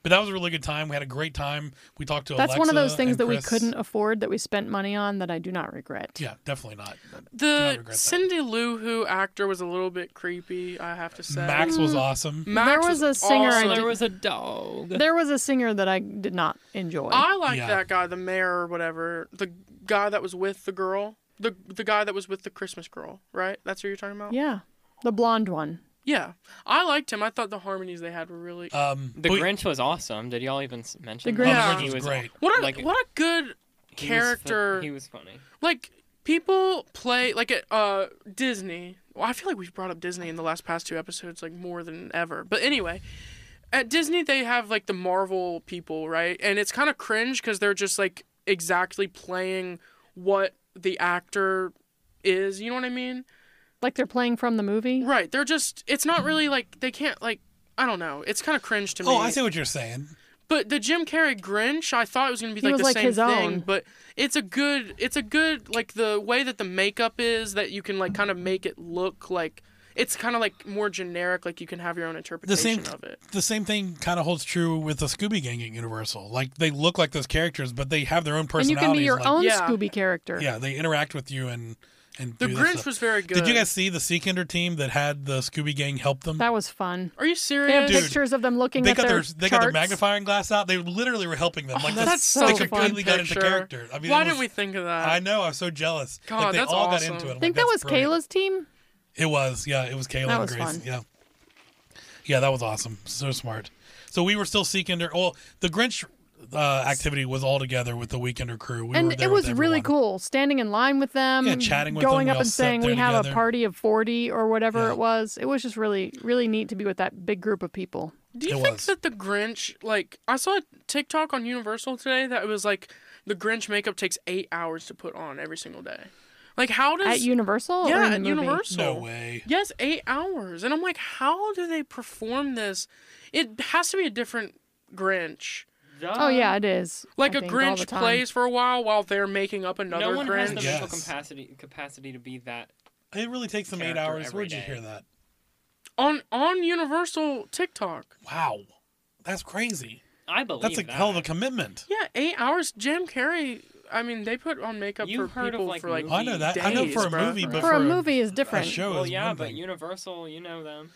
S1: but that was a really good time. We had a great time. We talked to
S3: That's
S1: Alexa
S3: one of those things
S1: and
S3: that we
S1: Chris.
S3: couldn't afford that we spent money on that I do not regret.
S1: Yeah, definitely not. I
S4: The
S1: regret that.
S4: Cindy Lou Who actor was a little bit creepy. I have to say.
S1: Max was awesome.
S2: Mm.
S4: Max
S3: There was a singer
S4: awesome.
S3: I
S2: there
S3: did-
S2: was a dog.
S3: There was a singer that I did not enjoy.
S4: I like
S1: Yeah.
S4: that guy, the mayor or whatever, the guy that was with the girl, the the guy that was with the Christmas girl, right? That's who you're talking about.
S3: yeah, the blonde one.
S4: Yeah. I liked him. I thought the harmonies they had were really.
S2: Uh,
S1: Um,
S2: the
S1: but-
S2: Grinch was awesome. Did y'all even s- mention?
S3: The
S2: that?
S3: Grinch
S4: Yeah.
S1: was
S2: He was
S1: great.
S4: what a
S2: like-
S4: what a good
S2: he was fu-
S4: character.
S2: He was funny.
S4: like people play like at uh Disney. Well, I feel like we've brought up Disney in the last past two episodes like more than ever. But anyway, at Disney they have like the Marvel people, right? And it's kind of cringe cuz they're just like exactly playing what the actor is, you know what I mean?
S3: Like they're playing from the movie.
S4: Right. They're just it's not really like they can't like I don't know. It's kind of cringe to me.
S1: Oh, I see what you're saying.
S4: But the Jim Carrey Grinch, I thought it was gonna be
S3: He
S4: like
S3: was
S4: the
S3: like
S4: same
S3: his
S4: thing.
S3: own.
S4: But it's a good, it's a good like the way that the makeup is that you can like kind of make it look like it's kind of like more generic. Like you can have your own
S1: The
S4: interpretation
S1: same
S4: of it.
S1: the same thing kind of holds true with the Scooby Gang at Universal. Like they look like those characters, but they have their own
S3: And you
S1: personalities.
S3: can be your
S1: like-
S3: own
S4: Yeah.
S3: Scooby character.
S1: Yeah, they interact with you and and
S4: The
S1: do that
S4: Grinch
S1: stuff.
S4: was very good.
S1: Did you guys see the Seekinder team that had the Scooby Gang help them?
S3: That was fun.
S4: Are you
S3: They have
S4: serious?
S1: Dude,
S3: pictures of them looking
S1: they
S3: at
S1: got
S3: their,
S1: their, they got their
S3: charts.
S1: magnifying glass out. They literally were helping them. Like
S4: Oh, that's,
S1: that's
S3: so
S4: such
S3: fun
S4: a good
S1: completely got into
S4: picture.
S1: character. I mean,
S4: Why
S1: it
S4: didn't
S1: was-
S4: we think of that?
S1: I know. I'm so jealous.
S4: God,
S1: like, they
S4: that's
S1: all
S4: awesome.
S1: got into it. I'm
S3: I
S1: like,
S3: think that
S1: "That's
S3: was
S1: brilliant."
S3: Kayla's team.
S1: It was, yeah. It was Kayla
S3: That
S1: and
S3: was
S1: Grace.
S3: fun.
S1: Yeah. Yeah, that was awesome. So smart. So we were still Seekinder. Well, the Grinch uh, activity was all together with the Weekender crew. We were
S3: and
S1: there
S3: it
S1: with
S3: was really
S1: everyone.
S3: cool standing in line with them
S1: Yeah, chatting with them.
S3: going
S1: We
S3: up
S1: all
S3: and
S1: sat
S3: saying
S1: there
S3: we have
S1: together.
S3: a party of 40 or whatever
S1: Yeah.
S3: it was it was just really really neat to be with that big group of people
S4: Do you
S1: It
S4: think
S1: was.
S4: that the Grinch, like, I saw a TikTok on Universal today that was like, the Grinch makeup takes eight hours to put on every single day. Like, how does
S3: at universal or
S4: yeah
S3: in the
S4: at
S3: movie?
S4: Universal?
S1: No way.
S4: Yes, eight hours, and I'm like, how do they perform this? It has to be a different Grinch.
S3: oh yeah it is
S4: Like
S3: a
S4: a Grinch plays for a while while they're making up another
S2: no one has
S4: Grinch.
S2: the
S1: Yes.
S2: mental capacity capacity to be that.
S1: It really takes them eight
S2: Character
S1: hours.
S2: every
S1: Where'd you
S2: day.
S1: hear that?
S4: On on Universal TikTok.
S1: Wow, that's crazy.
S2: I believe
S1: That's a
S2: that.
S1: hell of a commitment.
S4: Yeah, eight hours. Jim Carrey. I mean, they put on makeup
S2: You
S4: for
S2: heard of,
S4: people
S2: like,
S4: for like.
S1: I know that. I know
S4: days,
S1: for a
S4: bruh.
S1: movie, but
S3: for a movie is different
S1: a show
S2: Well,
S1: is
S2: yeah,
S1: one
S2: but
S1: thing.
S2: Universal, you know them.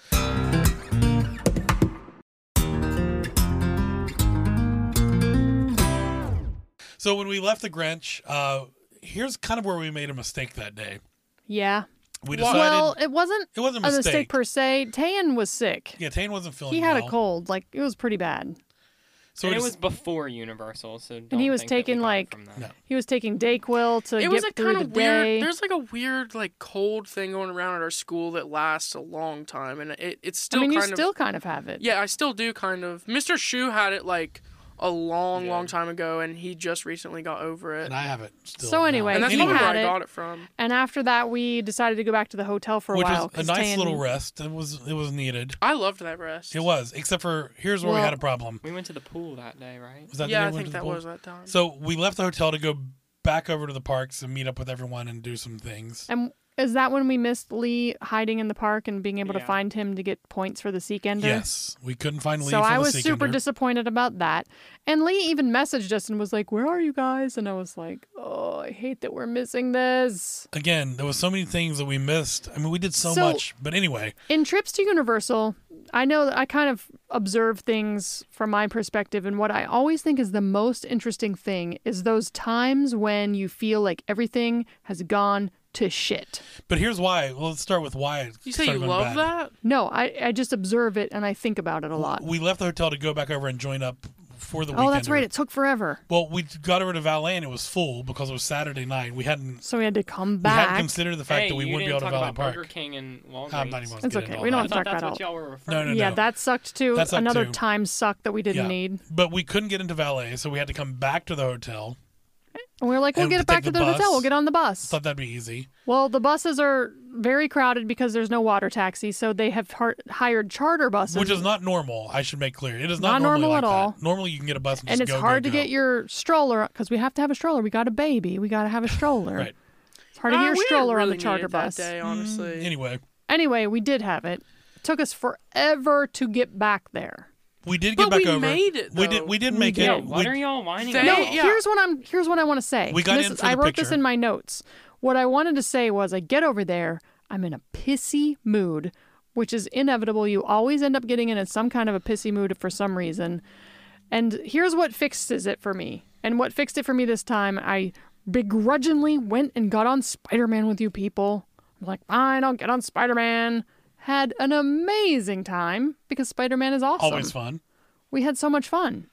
S1: So when we left the Grinch, uh, here's kind of where we made a mistake that day.
S3: yeah
S1: We decided
S3: well it wasn't
S1: it wasn't
S3: a mistake per se Tayan was sick
S1: yeah, oh, Tane wasn't feeling.
S3: he had a
S1: well,
S3: cold like it was pretty bad
S1: so
S2: and
S1: we
S2: it was
S1: just-
S2: before Universal, so don't
S3: he was
S2: think that we
S3: taking,
S2: got it
S3: like-
S2: from that.
S1: No.
S3: he was taking Dayquil to
S4: It
S3: get
S4: was a
S3: through
S4: kind
S3: the
S4: of weird.
S3: day
S4: There's like a weird like cold thing going around at our school that lasts a long time, and it, it's
S3: I
S4: still
S3: mean you
S4: kind of
S3: still kind of have it
S4: Yeah, I still do kind of. Mr. Shu had it like a long,
S2: Yeah.
S4: long time ago, and he just recently got over it.
S1: and I have it. Still
S3: So
S1: now.
S3: anyway,
S4: And that's
S3: He
S4: probably where
S3: had
S4: I
S3: it.
S4: got it from.
S3: and after that we decided to go back to the hotel for a
S1: which
S3: while
S1: was a
S3: 'cause
S1: nice
S3: Tayan-
S1: little rest. It was it was needed.
S4: I loved that rest.
S1: It was, except for here's where we
S3: Well-
S1: had a problem.
S2: We went to the pool that day, right?
S1: Was that the
S4: yeah,
S1: day
S4: I
S1: we went
S4: think
S1: to the
S4: that
S1: pool?
S4: was that time.
S1: So we left the hotel to go back over to the parks and meet up with everyone and do some things.
S3: And Is that when we missed Lee hiding in the park and being able to
S2: Yeah.
S3: find him to get points for the Seek Ender?
S1: Yes, we couldn't find Lee.
S3: So
S1: for
S3: I
S1: the
S3: was
S1: Seek
S3: super
S1: Ender.
S3: disappointed about that. And Lee even messaged us and was like, Where are you guys? And I was like, Oh, I hate that we're missing this.
S1: Again, there was so many things that we missed. I mean, we did so,
S3: So-
S1: much, but anyway,
S3: In trips to Universal, I know that I kind of observe things from my perspective. And what I always think is the most interesting thing is those times when you feel like everything has gone to shit.
S1: but here's why. Well, let's start with why. it
S4: You say you
S1: started going
S4: love
S1: bad.
S4: that?
S3: No, I, I just observe it and I think about it a lot.
S1: We left the hotel to go back over and join up for the weekend.
S3: Oh, that's right. It took forever.
S1: Well, we got over to Valet and it was full because it was Saturday night. We hadn't
S3: So we had to come
S1: we hadn't
S3: back.
S1: considered the fact
S2: hey,
S1: that we
S2: you
S1: wouldn't be
S2: didn't
S1: able to
S2: talk
S1: Valet
S2: about
S1: Park.
S2: Burger King and Walgreens.
S1: I'm not even. gonna get
S3: It's
S1: into
S3: okay,
S1: all
S3: we
S1: that.
S3: don't
S2: I
S3: Let's
S2: thought
S3: talk
S2: that's
S3: that
S2: what
S3: out.
S2: y'all were referring.
S1: No, no,
S3: yeah,
S1: no.
S3: that sucked too.
S1: That sucked
S3: Another
S1: too.
S3: time sucked that we didn't need.
S1: But we couldn't get into valet, so we had to come back to the hotel.
S3: And we were like, we'll
S1: And
S3: get
S1: to
S3: it back
S1: take
S3: to
S1: the
S3: the hotel.
S1: bus.
S3: We'll get on the bus.
S1: Thought that'd be easy.
S3: Well, the buses are very crowded because there's no water taxi, so they have har- hired charter buses,
S1: Which is not normal, I should make clear. It is not,
S3: Not
S1: normally
S3: normal
S1: like
S3: at
S1: that.
S3: all.
S1: Normally you can get a bus and,
S3: and
S1: just
S3: it's
S1: go,
S3: hard
S1: go,
S3: to get
S1: go.
S3: your stroller because we have to have a stroller. We got a baby. We got to have a stroller.
S1: Right.
S3: It's hard to get
S4: Ah,
S3: your
S4: we didn't
S3: stroller on
S4: really
S3: the
S4: need
S3: charter
S4: it that
S3: bus.
S1: Mm,
S4: day, honestly.
S1: Anyway,
S3: Anyway, we did have it. Took us forever to get back there.
S1: we did get
S4: But
S1: back
S4: we
S1: over.
S4: made it,
S1: We did
S4: though.
S1: we did make
S2: Yeah,
S1: it.
S2: what
S1: We-
S2: are y'all whining
S4: They-
S2: about?
S3: No,
S4: Hey, yeah.
S3: here's what I'm here's what I want to say.
S1: We got
S3: This
S1: in
S3: is-
S1: for the
S3: I wrote this
S1: picture.
S3: in my notes. What I wanted to say was I get over there, I'm in a pissy mood, which is inevitable. You always end up getting in some kind of a pissy mood for some reason. And here's what fixes it for me. And what fixed it for me this time, I begrudgingly went and got on Spider-Man with you people. I'm like, fine, I'll get on Spider-Man. Had an amazing time because Spider-Man is awesome.
S1: always
S3: [LAUGHS]
S1: fun.
S3: We had so much fun.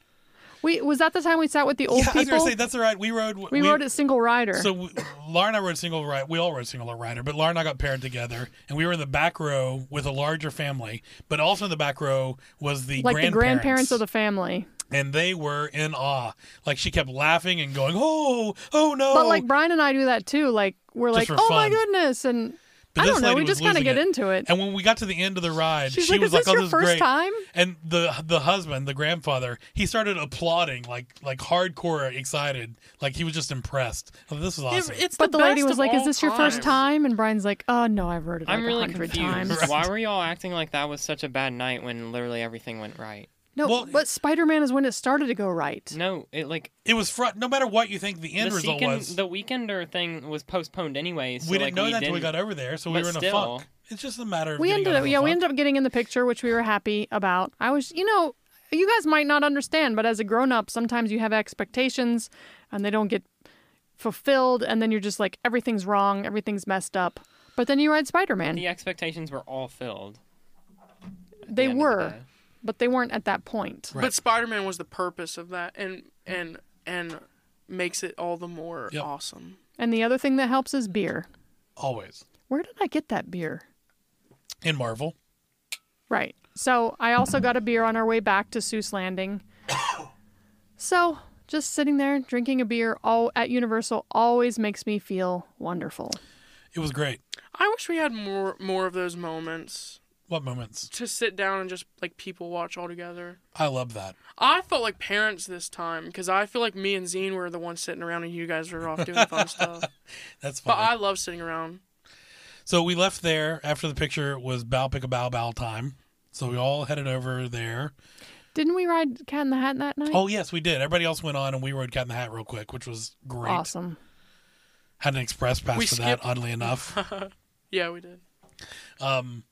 S3: We was that the time we sat with the old
S1: yeah, I was
S3: people.
S1: gonna say that's all right. We rode.
S3: we, rode a single rider.
S1: So we, Laura and I rode single rider. We all rode single rider, but Laura and I got paired together, and we were in the back row with a larger family. But also in the back row was the
S3: like the
S1: grandparents,
S3: grandparents of the family.
S1: and they were in awe. Like she kept laughing and going, "Oh, oh no!"
S3: But like Brian and I do that too. Like we're
S1: Just
S3: like,
S1: for
S3: oh my
S1: fun."
S3: goodness, and
S1: But
S3: I
S1: this
S3: don't know.
S1: lady
S3: We
S1: was
S3: just kind of
S1: losing
S3: get
S1: it.
S3: into it.
S1: And when we got to the end of the ride,
S3: She's
S1: she
S3: like,
S1: was
S3: "Is
S1: like,
S3: this
S1: "Oh,
S3: your
S1: this
S3: first
S1: is great."
S3: time?"
S1: And the the husband, the grandfather, he started applauding like like hardcore excited, like he was just impressed. Oh, this was awesome.
S4: It- it's
S3: but the,
S4: the,
S3: lady
S4: best
S3: was
S4: of
S3: like, "Is
S4: all
S3: this your first
S4: times."
S3: time?" And Brian's like, "Oh no, I've heard it
S2: I'm
S3: like
S2: really
S3: a hundred
S2: confused.
S3: times."
S2: Why were y'all acting like that was such a bad night when literally everything went right?
S3: No,
S1: Well-
S3: but Spider-Man is when it started to go right.
S2: No, it like
S1: It was front. No matter what you think the end
S2: the,
S1: result
S2: Seekin-
S1: was,
S2: the weekender thing was postponed anyway. So
S1: we didn't
S2: like,
S1: know
S2: we
S1: that
S2: didn't.
S1: till we got over there, so we
S2: But
S1: were in
S2: still.
S1: a funk. It's just a matter of
S3: we
S1: getting
S3: ended
S1: out of
S3: up
S1: the
S3: yeah we
S1: funk.
S3: ended up getting in the picture which we were happy about i was you know you guys might not understand but as a grown-up sometimes you have expectations and they don't get fulfilled and then you're just like everything's wrong everything's messed up but then you ride spider-man
S2: the expectations were all filled. at the
S3: they
S2: end of the
S3: were
S2: day.
S3: but they weren't at that point
S1: Right.
S4: But Spider-Man was the purpose of that, and and and makes it all the more
S1: Yep.
S4: awesome.
S3: and the other thing that helps is beer
S1: always
S3: where did i get that beer
S1: in Marvel.
S3: Right. So I also got a beer on our way back to Seuss Landing. [COUGHS] so just sitting there drinking a beer all at Universal always makes me feel wonderful.
S1: It was great.
S4: I wish we had more more of those moments
S1: What moments?
S4: to sit down and just like people watch all together.
S1: I love that.
S4: I felt like parents this time because I feel like me and Zine were the ones sitting around and you guys were off doing
S3: [LAUGHS]
S4: fun stuff.
S1: That's fun.
S4: But I love sitting around.
S1: So we left there after the picture was bow pick a bow bow time. So we all headed over there.
S3: Didn't we ride Cat in the Hat that night?
S1: Oh yes, we did. Everybody else went on, and we rode Cat in the Hat real quick, which was great.
S3: awesome.
S1: Had an express pass
S4: We
S1: for that,
S4: skipped-
S1: oddly
S3: [LAUGHS]
S1: enough.
S4: Yeah, we did.
S1: um,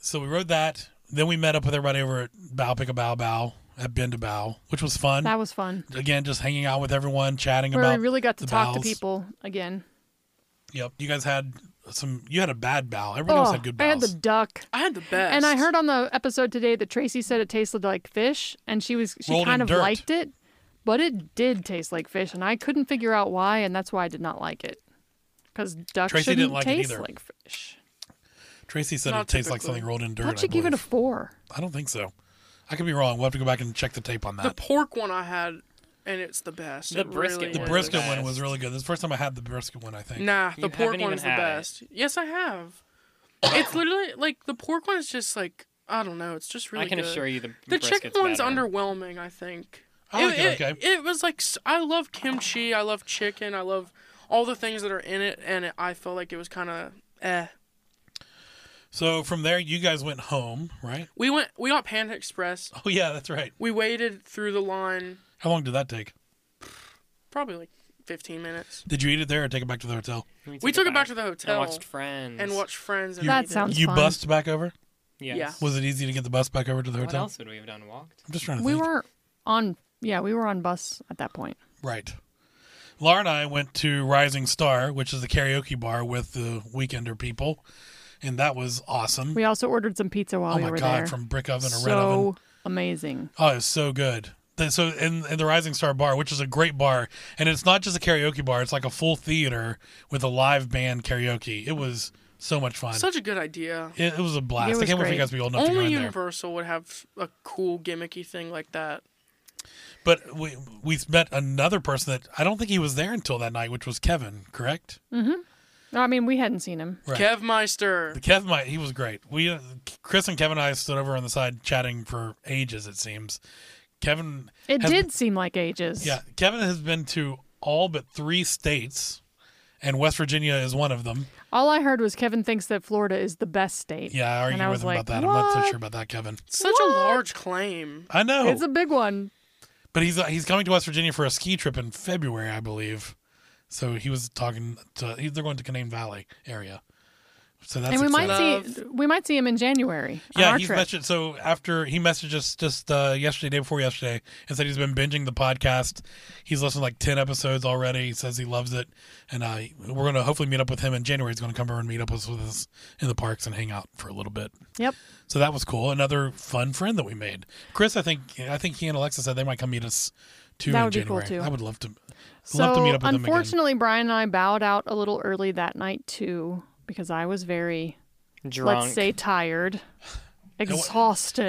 S1: so we rode that. Then we met up with everybody over at Bow Pick a Bow Bow at Bend to Bow, which was fun.
S3: That was fun.
S1: Again, just hanging out with everyone, chatting
S3: Where
S1: about.
S3: we really got to
S1: the
S3: talk
S1: bows.
S3: to people again.
S1: Yep, you guys had some. You had a bad bow. Everybody else
S3: Oh,
S1: had good
S3: I
S1: bows.
S3: had the duck.
S4: I had the best.
S3: And I heard on the episode today that Tracy said it tasted like fish, and she was she
S1: Rolled in
S3: kind of
S1: dirt.
S3: liked it, but it did taste like fish, and I couldn't figure out why, and that's why I did not like it. Because duck
S1: Tracy didn't
S3: shouldn't
S1: like it
S3: taste
S1: either.
S3: like fish.
S1: Tracy said it
S4: Not
S1: tastes like
S4: typically.
S1: something rolled in dirt.
S3: How'd
S1: I,
S3: you give it a
S1: believe.
S3: four?
S1: I don't think so. I could be wrong. We'll have to go back and check the tape on
S3: [LAUGHS]
S4: the
S1: that.
S4: pork one I had, and it's the best.
S2: The
S4: It
S2: brisket
S4: really
S2: one.
S1: The
S4: is.
S1: brisket one
S2: best.
S1: was really good. This is the first time I had the brisket one, I think.
S4: Nah,
S2: You
S4: the pork
S2: haven't even
S4: one's the
S2: had it.
S4: best. Yes, I have. it's literally like the pork one is just like I don't know. It's just really.
S2: I can
S4: good.
S2: assure you the
S4: The
S2: brisket's
S4: chicken one's
S2: better.
S4: underwhelming. I think.
S1: I like it, okay.
S4: It was like s- I love kimchi. I love chicken. I love all the things that are in it, and it, I felt like it was kind of eh.
S1: So from there, you guys went home,
S3: [LAUGHS]
S1: right?
S4: We went, we got Panda Express.
S1: Oh yeah, that's right.
S4: We waited through the line
S1: How long did that take?
S4: probably like 15 minutes.
S1: Did you eat it there or take it back to the hotel?
S4: We took it back to the hotel
S2: and watched Friends.
S4: and watched Friends. And
S3: That
S4: everything.
S3: sounds- It's
S1: you
S3: fine.
S1: bussed back over.
S2: Yes.
S4: Yeah.
S1: Was it easy to get the bus back over to the
S2: What
S1: hotel?
S2: else would we have done? Walked.
S1: I'm just trying to
S3: We
S1: think.
S3: were on. Yeah, we were on bus at that point.
S1: Right. Laura and I went to Rising Star, which is the karaoke bar with the Weekender people, and that was awesome.
S3: We also ordered some pizza while
S1: oh
S3: we
S1: my
S3: were
S1: god,
S3: there.
S1: from brick oven or red oven.
S3: so amazing.
S1: Oh, it's so good. The- So in, in the Rising Star Bar, which is a great bar, and it's not just a karaoke bar; it's like a full theater with a live band karaoke. It was so much fun.
S4: Such a good idea.
S1: it, it was a blast.
S3: It
S1: I
S3: was
S1: can't wait for you
S3: great.
S1: guys to be old enough to go
S4: Only
S1: in there.
S4: Universal would have a cool gimmicky thing like that.
S1: But we we met another person that I don't think he was there until that night, which was Kevin. Correct?
S3: No, I mean we hadn't seen him.
S1: Right.
S4: Kev Meister.
S1: Kev, might he was great. We, uh, Chris and Kevin and I stood over on the side chatting for ages. It seems. Kevin.
S3: It
S1: has-
S3: did seem like ages.
S1: Yeah, Kevin has been to all but three states, and West Virginia is one of them.
S3: All I heard was Kevin thinks that Florida is the best state.
S1: Yeah, I
S3: And
S1: argued
S3: I
S1: with
S3: was
S1: him
S3: like,
S1: about that. I'm not so
S3: "What?"
S1: sure about that, Kevin.
S4: Such a large claim.
S1: I know,
S3: It's a big one.
S1: but he's uh, he's coming to West Virginia for a ski trip in February, I believe. So he was talking to he- they're going to Canaan Valley area. So that's
S3: and we
S1: exciting.
S3: might see we might see him in January. on
S1: Yeah,
S3: our
S1: he's
S3: trip.
S1: mentioned. So after he messaged us just uh, yesterday, day before yesterday, and said he's been binging the podcast. He's listened to like ten episodes already. He says he loves it, and uh, we're gonna hopefully meet up with him in January. He's gonna come over and meet up with us- with us in the parks and hang out for a little bit.
S3: Yep.
S1: So that was cool. Another fun friend that we made. Chris, I think I think he and Alexa said they might come meet us too
S3: That
S1: in
S3: would be cool,
S1: January.
S3: too.
S1: I would love to.
S3: So
S1: love to meet up with him again.
S3: unfortunately, Brian and I bowed out a little early that night too because I was very
S2: Drunk.
S3: let's say tired,
S1: wa-
S3: exhausted.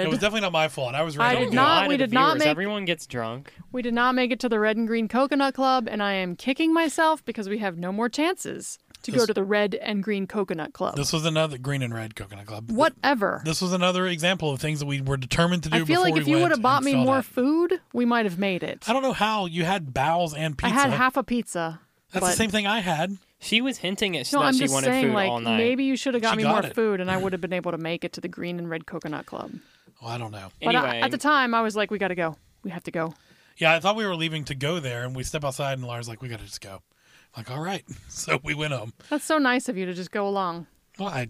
S1: [SIGHS] It was definitely not my fault. I was
S3: I
S1: ready to
S3: did
S1: go.
S3: not-
S2: Why
S3: we
S2: do the
S3: did not
S2: viewers?
S3: make-
S2: Everyone gets drunk.
S3: we did not make it to the Red and Green Coconut Club, and I am kicking myself because we have no more chances to go
S1: This-
S3: to the Red and Green Coconut Club.
S1: This was another green and red coconut club.
S3: Whatever.
S1: This was another example of things that we were determined to do.
S3: I feel
S1: before
S3: like
S1: we
S3: if you
S1: went
S3: would have
S1: and
S3: bought me
S1: fell
S3: more
S1: down.
S3: food, we might have made it.
S1: I don't know how you had bowls and
S3: I
S1: pizza.
S3: had half a pizza.
S1: That's
S3: but
S1: the same thing I had.
S2: She was hinting at
S3: No,
S2: that
S3: I'm
S2: she
S3: just
S2: wanted
S3: saying,
S2: food
S3: like,
S2: all night.
S3: maybe you should have got
S1: She
S3: me
S1: got
S3: more
S1: it.
S3: food,
S2: [LAUGHS]
S3: and I would have been able to make it to the Green and Red Coconut Club.
S1: Well, Oh, I don't know.
S3: But
S2: anyway,
S3: I, at the time, I was like, we got to go. We have to go.
S1: Yeah, I thought we were leaving to go there, and we step outside, and Lars like, "We got to just go." I'm like, all right. [LAUGHS] So we went home.
S3: That's so nice of you to just go along.
S1: Well, I,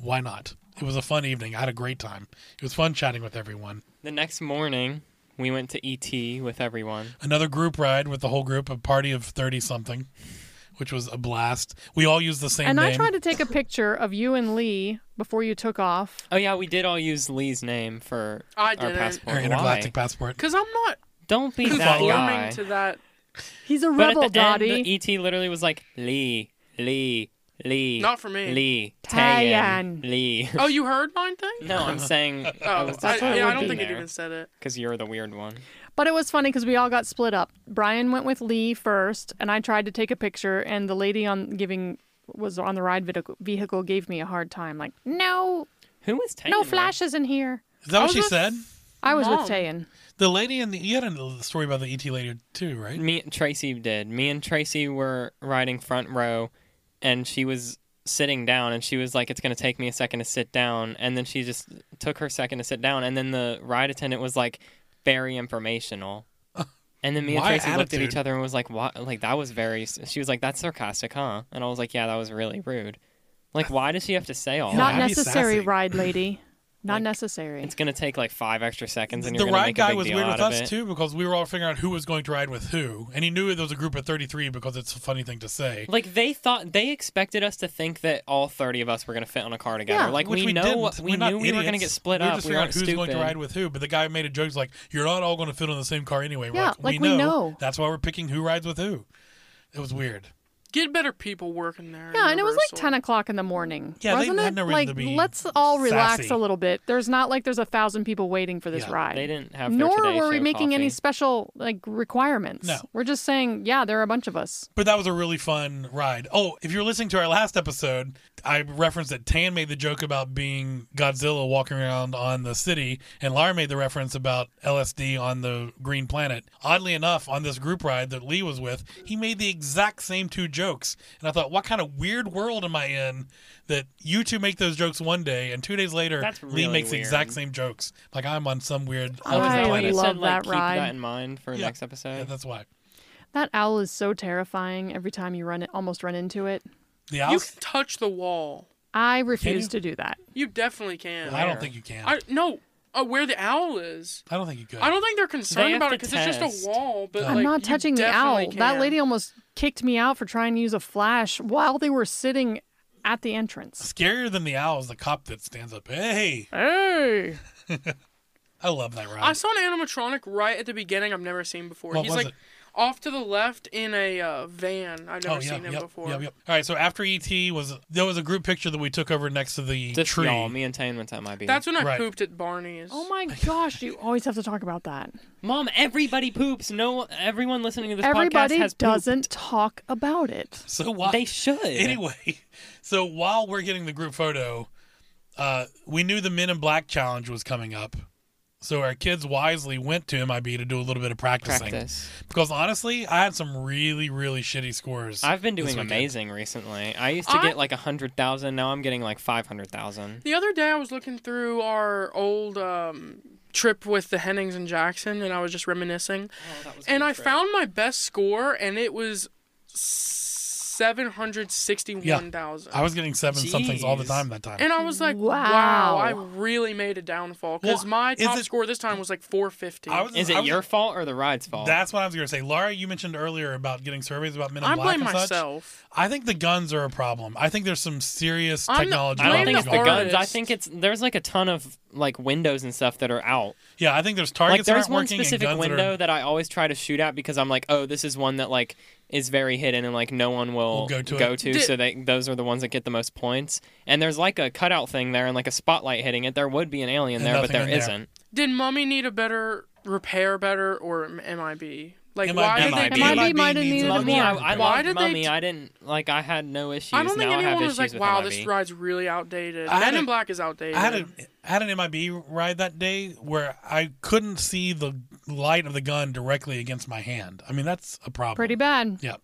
S1: why not? It was a fun evening. I had a great time. It was fun chatting with everyone.
S2: the next morning, we went to ET with everyone.
S1: Another group ride with the whole group, a party of thirty something, which was a blast. We all used the same
S3: And
S1: name.
S3: I tried to take a picture of you and Lee before you took off.
S2: Oh yeah, we did all use Lee's name for
S4: I
S2: our
S4: didn't.
S2: passport.
S1: our intergalactic
S2: Why?
S1: passport.
S4: Because I'm not
S2: Don't be that guy.
S4: conforming to that.
S3: He's a
S2: but
S3: rebel,
S2: at the
S3: Dottie.
S2: end, the e ET literally was like Lee, Lee, Lee.
S4: Not for me.
S2: Lee,
S3: Taeyeon.
S2: Taeyeon, Lee.
S4: Oh, you heard mine thing?
S2: No, I'm saying.
S4: Oh,
S2: I was
S4: I,
S2: just,
S3: what
S4: yeah,
S3: would
S4: I don't
S3: be
S4: think it even said it.
S2: because you're the weird one.
S3: But it was funny because we all got split up. Brian went with Lee first, and I tried to take a picture, and the lady on giving was on the ride vehicle, vehicle gave me a hard time, like, no,
S2: Who was Taeyeon?
S3: no
S2: with?
S3: flashes in here.
S1: Is that what
S4: was
S1: she
S4: with-
S1: said?
S3: I was with
S4: Mom.
S3: Tayan.
S1: The lady in the you had a story about the ET lady too, right?
S2: Me, Tracy did. Me and Tracy were riding front row, and she was sitting down, and she was like, "It's gonna take me a second to sit down," and then she just took her second to sit down, and then the ride attendant was like,
S1: [LAUGHS]
S2: "Very informational." And then me and
S1: Why
S2: Tracy looked at
S1: attitude?
S2: each other and was like, "What? Like that was very." She was like, "That's sarcastic, huh?" And I was like, "Yeah, that was really rude." Like, why does she have to say all
S1: Yeah,
S3: Not
S2: that?
S1: that'd be
S3: necessary,
S1: sassy. [LAUGHS]
S3: ride lady. Not necessary.
S2: It's gonna take like five extra seconds, and
S1: the
S2: you're gonna
S1: ride
S2: make a
S1: guy
S2: big
S1: was
S2: deal
S1: weird with
S2: out of
S1: us
S2: it.
S1: too because we were all figuring out who was going to ride with who, and he knew there was a group of 33 because it's a funny thing to say.
S2: Like they thought they expected us to think that all thirty of us were gonna fit on a car together.
S3: Yeah.
S2: like
S1: Which
S2: we,
S1: we
S2: know
S1: didn't.
S2: what- we
S1: We're not
S2: knew we were gonna
S1: idiots.
S2: get split
S1: we were
S2: up.
S1: Just
S2: We
S1: figuring
S2: weren't
S1: out who's
S2: stupid.
S1: going to ride with who, but the guy made a joke he's like, "You're not all going to fit on the same car anyway." We're
S3: Yeah,
S1: like,
S3: like,
S1: we,
S3: we
S1: know.
S3: know.
S1: That's why we're picking who rides with who. It was weird.
S4: Get better people working there.
S3: yeah, and it was like
S4: Universal.
S3: 10 o'clock in the morning.
S1: Yeah, they
S3: wasn't
S1: had
S3: it?
S1: no reason
S3: like,
S1: to be
S3: let's all relax
S1: sassy.
S3: a little bit. There's not like there's a thousand people waiting for this
S1: Yeah,
S3: ride.
S2: They didn't have. Their
S3: Nor
S2: Today
S3: were we
S2: Show
S3: making any
S2: coffee.
S3: special like requirements.
S1: No.
S3: We're just saying, yeah, there are a bunch of us.
S1: But that was a really fun ride. Oh, if you're listening to our last episode, I referenced that Tan made the joke about being Godzilla walking around on the city, and Lara made the reference about LSD on the green planet. Oddly enough, on this group ride that Lee was with, he made the exact same two jokes. And I thought, what kind of weird world am I in that you two make those jokes one day and two days later
S2: That's
S1: Lee
S2: really
S1: makes the exact
S2: weird.
S1: same jokes? Like I'm on some weird
S3: I
S1: other
S2: is that why they
S1: planet.
S3: love
S2: said, like,
S3: that
S2: keep
S3: ride.
S2: that in mind for
S1: Yeah.
S2: next episode?
S1: Yeah, that's why.
S3: That owl is so terrifying every time you run it, almost run into it.
S1: The
S4: You
S1: house?
S4: can touch the wall.
S3: I refuse
S1: you?
S3: to do that.
S4: You definitely can.
S1: I don't
S2: there.
S1: think you can. I,
S4: I no. Uh, where the owl is.
S1: don't think you could.
S4: I don't think they're concerned
S2: have
S4: about
S2: to
S4: it because it's just
S2: test.
S4: a wall. But
S1: I'm
S4: like,
S3: I'm not
S4: you
S3: touching the
S4: definitely
S3: owl. That
S4: can.
S3: lady almost kicked me out for trying to use a flash while they were sitting at the entrance.
S1: Scarier than the owl is the cop that stands up. Hey,
S3: Hey,
S1: I love that
S4: I
S1: ride.
S4: saw an animatronic right at the beginning I've never seen before.
S1: What
S4: He's
S1: was
S4: like
S1: it?
S4: off to the left in a uh, van. I've never
S1: oh yeah,
S4: seen him
S1: yep,
S4: before.
S1: yep, yep. All right, so after ET was there was a group picture that we took over next to the
S2: Just
S1: tree.
S2: y'all, me and Tane went to MIB.
S4: That's when I
S1: Right.
S4: pooped at Barney's.
S3: oh my gosh! You always have to talk about that.
S2: Mom. Everybody poops. No, everyone listening to this
S3: Everybody
S2: podcast has pooped.
S3: doesn't talk about it.
S1: So why? [LAUGHS]
S2: They should.
S1: anyway, so while we're getting the group photo, uh, we knew the Men in Black challenge was coming up. So our kids wisely went to MIB to do a little bit of practicing.
S2: practice.
S1: Because honestly, I had some really, really shitty scores.
S2: I've been
S1: this
S2: doing
S1: weekend.
S2: amazing recently. I used to
S4: I-
S2: get like a hundred thousand. Now I'm getting like five hundred thousand.
S4: The other day I was looking through our old um, trip with the Hennings and Jackson, and I was just reminiscing,
S2: Oh,
S4: and I found my best score, and it was seven hundred sixty-one thousand.
S1: I was getting seven somethings all the
S2: Jeez.
S1: time that time.
S4: And I was like, wow.
S3: Wow.
S4: I really made a downfall because
S1: Well,
S4: my
S1: is
S4: top
S1: it-
S4: score this time was like 450.
S1: I was-
S2: Is
S1: I
S2: it
S1: was-
S2: your fault or the ride's fault?
S1: That's what I was going to say. Laura, you mentioned earlier about getting surveys about Men in
S4: I
S1: Black
S4: blame
S1: and such.
S4: myself.
S1: I think the guns are a problem. I think there's some serious
S4: I'm the-
S1: technology.
S2: I don't
S4: Blame
S2: think it's
S4: the
S2: the guns. I
S4: artist.
S2: think it's there's like a ton of like windows and stuff that are out.
S1: yeah, I think there's
S2: Like
S1: targets that
S2: there's
S1: aren't
S2: one
S1: working and
S2: specific
S1: guns that are-
S2: window that I always try to shoot at because I'm like, oh, this is one that like is very hidden and like no one will
S1: Will go to it.
S4: Did-
S2: so they those are the ones that get the most points. And there's like a cutout thing there and like a spotlight hitting it. There would be an alien
S1: And
S2: there, but
S1: nothing
S2: there
S1: in there.
S2: isn't.
S4: Did Mummy need a better repair, better or M- MIB? Like,
S1: MIB.
S4: why did they?
S2: MIB.
S4: pick-
S3: MIB might have
S1: needs
S3: needed
S1: a little
S3: more.
S2: Mummy, I,
S1: bit
S2: I
S1: of-
S4: Why
S2: loved
S4: did they
S2: Mummy.
S4: t-
S2: I didn't like. I had no issues.
S4: I don't think
S2: now I have
S4: anyone was
S2: issues
S4: like,
S2: with
S4: "Wow,
S2: MIB.
S4: this ride's really outdated."
S1: I had
S4: Men
S1: a-
S4: in Black is outdated.
S1: I had a I had an MIB ride that day where I couldn't see the light of the gun directly against my hand. I mean, that's a problem.
S3: Pretty bad.
S1: Yeah.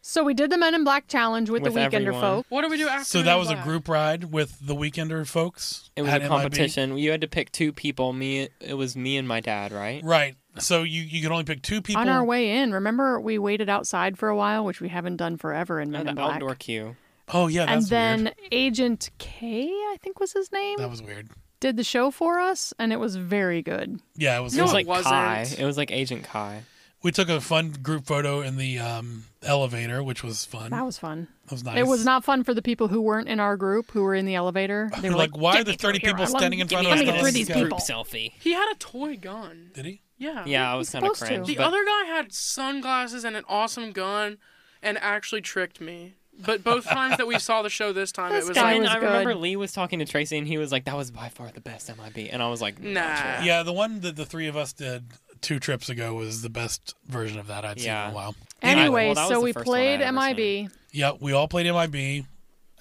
S3: So we did the Men in Black challenge with,
S2: With
S3: the Weekender
S2: everyone.
S3: folk.
S4: What do we do after?
S1: So
S4: Men
S1: that
S4: in
S1: was a
S4: Black?
S1: group ride with the weekender folks.
S2: It was
S1: at
S2: a
S1: MIB.
S2: competition. You had to pick two people. Me, it was me and my dad, right?
S1: Right. So you you could only pick two people.
S3: On our way in, remember we waited outside for a while, which we haven't done forever in Men
S2: the
S3: in Black.
S2: Oh, outdoor queue.
S1: Oh yeah, that's
S3: and then
S1: weird.
S3: Agent K, I think was his name,
S1: That was weird.
S3: did the show for us, and it was very good.
S1: Yeah, it was.
S2: It
S4: No,
S2: was
S1: fun.
S2: like
S4: wasn't.
S2: Kai. It was like Agent Kai.
S1: we took a fun group photo in the um, elevator, which was fun.
S3: That was fun.
S1: That was nice.
S3: It was not fun for the people who weren't in our group who were in the elevator.
S2: [LAUGHS]
S3: They were
S1: like,
S3: like,
S1: why are
S3: "Get
S1: there
S3: me through
S1: 30
S3: here.
S1: people
S3: I love-
S1: standing in
S3: get
S1: front
S3: me-
S1: of
S3: Let
S1: us?
S3: me get
S1: Let
S3: through
S1: us
S3: these
S1: go.
S3: people.
S2: selfie.
S4: He had a toy gun.
S1: Did he?
S4: Yeah.
S2: Yeah, I was kind of
S3: supposed to.
S2: cringe.
S4: The
S2: but
S4: other guy had sunglasses and an awesome gun, and actually tricked me. But
S1: [LAUGHS]
S4: both times that we saw the show this time,
S3: This
S4: it was
S3: guy
S4: like,
S2: Then
S3: was
S2: I remember
S3: good.
S2: Lee was talking to Tracy, and he was like, "That was by far the best MIB," and I was like,
S4: Nah.
S2: "Not sure."
S1: Yeah, the one that the three of us did two trips ago was the best version of that I'd seen
S2: Yeah.
S1: in a while.
S3: Anyway,
S2: Well, that was
S3: so
S2: the
S3: we
S2: first one I
S3: played
S2: ever
S3: MIB
S1: Yeah, we all played MIB.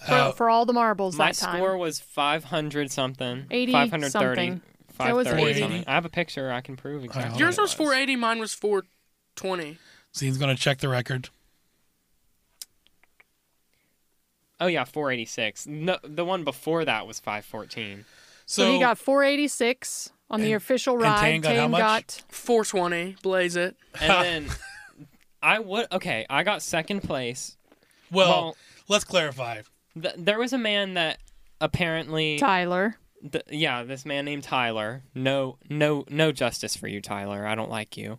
S3: for,
S1: Uh,
S3: for all the marbles
S2: My
S3: that time.
S2: score was five hundred something,
S3: 80
S2: five hundred thirty,
S3: something. That
S2: five
S3: was
S2: thirty
S1: 80.
S2: something. I have a picture. I can prove exactly. what
S4: yours
S2: it
S4: was 480, mine was 420.
S1: Zene's going to check the record.
S2: Oh yeah, four eighty six. No, the one before that was five fourteen.
S1: So,
S3: so, he got 486 on the
S1: And-
S3: official
S1: and
S3: ride.
S1: Tane got how
S3: Tane
S1: much?
S4: 420, blaze it.
S2: And then I would okay. I got second place.
S1: well,
S2: well-
S1: let's clarify.
S2: Th- there was a man that apparently,
S3: Tyler.
S2: th- yeah, this man named Tyler. No, no, no justice for you, Tyler. I don't like you.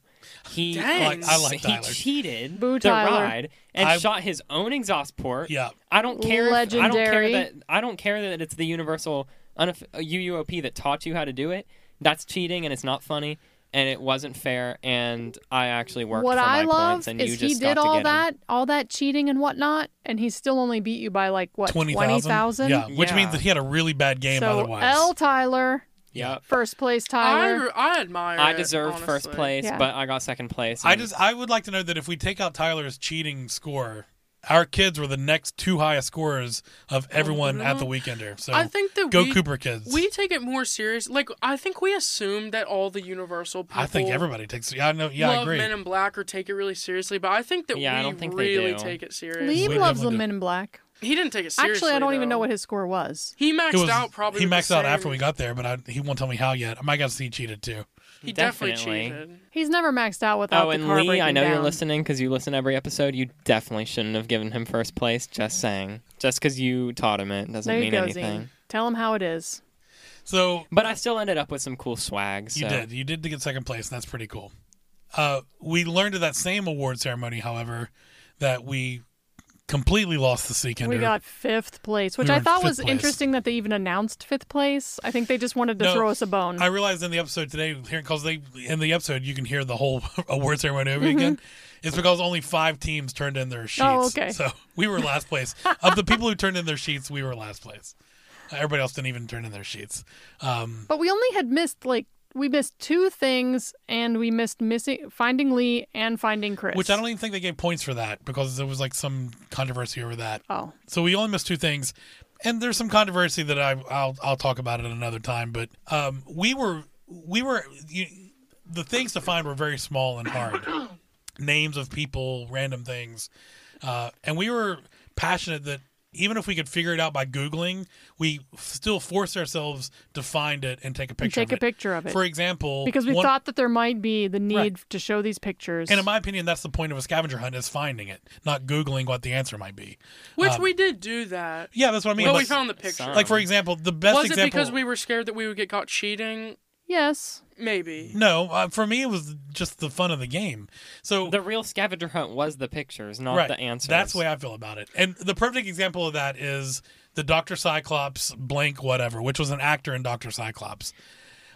S2: He,
S4: Dang. I like- I
S1: like
S2: he
S1: Tyler.
S2: cheated
S3: Boo,
S2: the
S3: Tyler.
S2: ride and
S1: I-
S2: shot his own exhaust port.
S1: Yeah.
S2: I don't care. if- I don't care
S3: Legendary.
S2: that I don't care that it's the universal uh, unoff- UUOP that taught you how to do it. That's cheating, and it's not funny, and it wasn't fair. And I actually worked
S3: What
S2: for my
S3: I love
S2: points, and you
S3: is
S2: just
S3: he
S2: got
S3: did
S2: to
S3: all
S2: get 'em.
S3: that, all that cheating and whatnot, and he still only beat you by like what
S1: 20,000? Yeah, which
S2: Yeah.
S1: means that he had a really bad game
S3: So
S1: otherwise.
S3: L Tyler,
S2: Yep.
S3: first place
S4: I,
S3: Tyler.
S4: re- I admire
S2: I
S4: it,
S2: deserved first
S4: honestly.
S2: place,
S3: Yeah.
S2: but I got second place.
S1: I
S2: and-
S1: just I would like to know that if we take out Tyler's cheating score, our kids were the next two highest scorers of everyone at the Weekender. So
S4: I think that
S1: go
S4: we,
S1: Cooper kids.
S4: we take it more serious. Like I think we assume that all the Universal people
S1: I think everybody takes. Yeah, I know. Yeah,
S4: love
S1: I agree.
S4: Men in Black or take it really seriously. But I think that
S2: Yeah, I
S4: we
S2: don't think they
S4: really
S2: do.
S4: take it serious.
S3: Liam
S1: We
S3: loves the
S1: definitely do.
S3: Men in Black.
S4: He didn't take it seriously.
S3: Actually, I don't even know
S4: though.
S3: what his score was.
S4: he maxed
S1: It was-
S4: out. Probably
S1: he
S4: with the
S1: maxed out after
S4: same-
S1: we got there, but I, he won't tell me how yet. My guess is he cheated too.
S4: He definitely,
S2: Definitely.
S4: cheated.
S3: He's never maxed out without
S2: Oh,
S3: the
S2: and
S3: car
S2: Lee,
S3: breaking
S2: I know you're
S3: down.
S2: listening because you listen every episode. You definitely shouldn't have given him first place. Just saying. Just because you taught him it doesn't
S3: There you
S2: mean
S3: go,
S2: anything.
S3: Zane. Tell him how it is.
S1: So
S2: But I still ended up with some cool swag. So.
S1: You did. You did get second place, and that's pretty cool. Uh, we learned at that same award ceremony, however, that we completely lost the Seekender.
S3: We got fifth place, which
S1: We
S3: I
S1: were in
S3: thought
S1: fifth
S3: was
S1: place.
S3: interesting that they even announced fifth place. I think they just wanted to
S1: No,
S3: throw us a bone.
S1: I realized in the episode today, because they in the episode you can hear the whole [LAUGHS] award ceremony over again. It's because only five teams turned in their sheets.
S3: Mm-hmm. Oh, okay.
S1: So [LAUGHS] we were last
S3: [LAUGHS]
S1: place. of the people who turned in their sheets, we were last place. Everybody else didn't even turn in their sheets. Um,
S3: But we only had missed like we missed two things, and we missed missing finding Lee and finding Chris.
S1: which I don't even think they gave points for that because there was like some controversy over that.
S3: Oh,
S1: So we only missed two things, and there's some controversy that I I'll I'll talk about it another time. But um, we were we were you, the things to find were very small and hard, [CLEARS THROAT] names of people, random things, uh, and we were passionate that even if we could figure it out by googling, we still forced ourselves to find it and take a picture.
S3: take
S1: of
S3: a
S1: it.
S3: picture of it
S1: For example,
S3: because we
S1: one-
S3: thought that there might be the need
S1: Right.
S3: to show these pictures.
S1: And in my opinion, that's the point of a scavenger hunt is finding it, not googling what the answer might be.
S4: Which we did do that.
S1: Um, Yeah, that's what I mean.
S4: but
S1: like,
S4: we found the picture.
S2: Some.
S1: like for example, the best
S4: was it
S1: example
S4: because we were scared that we would get caught cheating?
S3: yes,
S4: Maybe.
S1: No, uh, for me it was just the fun of the game. So
S2: The real scavenger hunt was the pictures, not
S1: right,
S2: the answers.
S1: That's the way I feel about it. And the perfect example of that is the Doctor Cyclops blank whatever, which was an actor in Doctor Cyclops.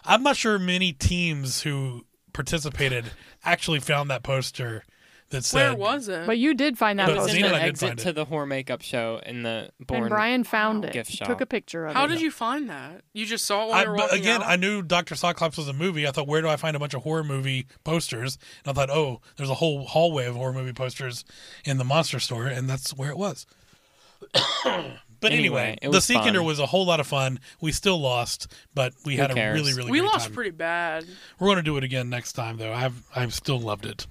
S1: I'm not sure many teams who participated actually found that poster that said
S4: Where was it?
S3: but you did find that
S1: But
S2: It was
S1: Zena
S2: in
S1: Zena
S2: the
S3: poster,
S1: and I did
S2: exit
S1: find it.
S2: to the horror makeup show in the born.
S3: and Brian found it.
S2: Gift
S3: He
S2: shop.
S3: Took a picture of
S4: How
S3: it.
S4: did you find that? You just saw it while
S1: I,
S4: you were
S1: but
S4: walking
S1: again,
S4: out?
S1: I knew Doctor Cyclops was a movie. I thought, where do I find a bunch of horror movie posters? And I thought, oh, there's a whole hallway of horror movie posters in the monster store, and that's where it
S2: [COUGHS]
S1: was. but anyway,
S2: Anyway, it
S1: the
S2: was
S1: Seekender
S2: fun.
S1: was a whole lot of fun. We still lost, but we had a
S2: cares?
S1: really, really
S4: we
S1: great
S4: lost
S1: time.
S4: pretty bad.
S1: We're going to do it again next time, though. I've I've still loved it,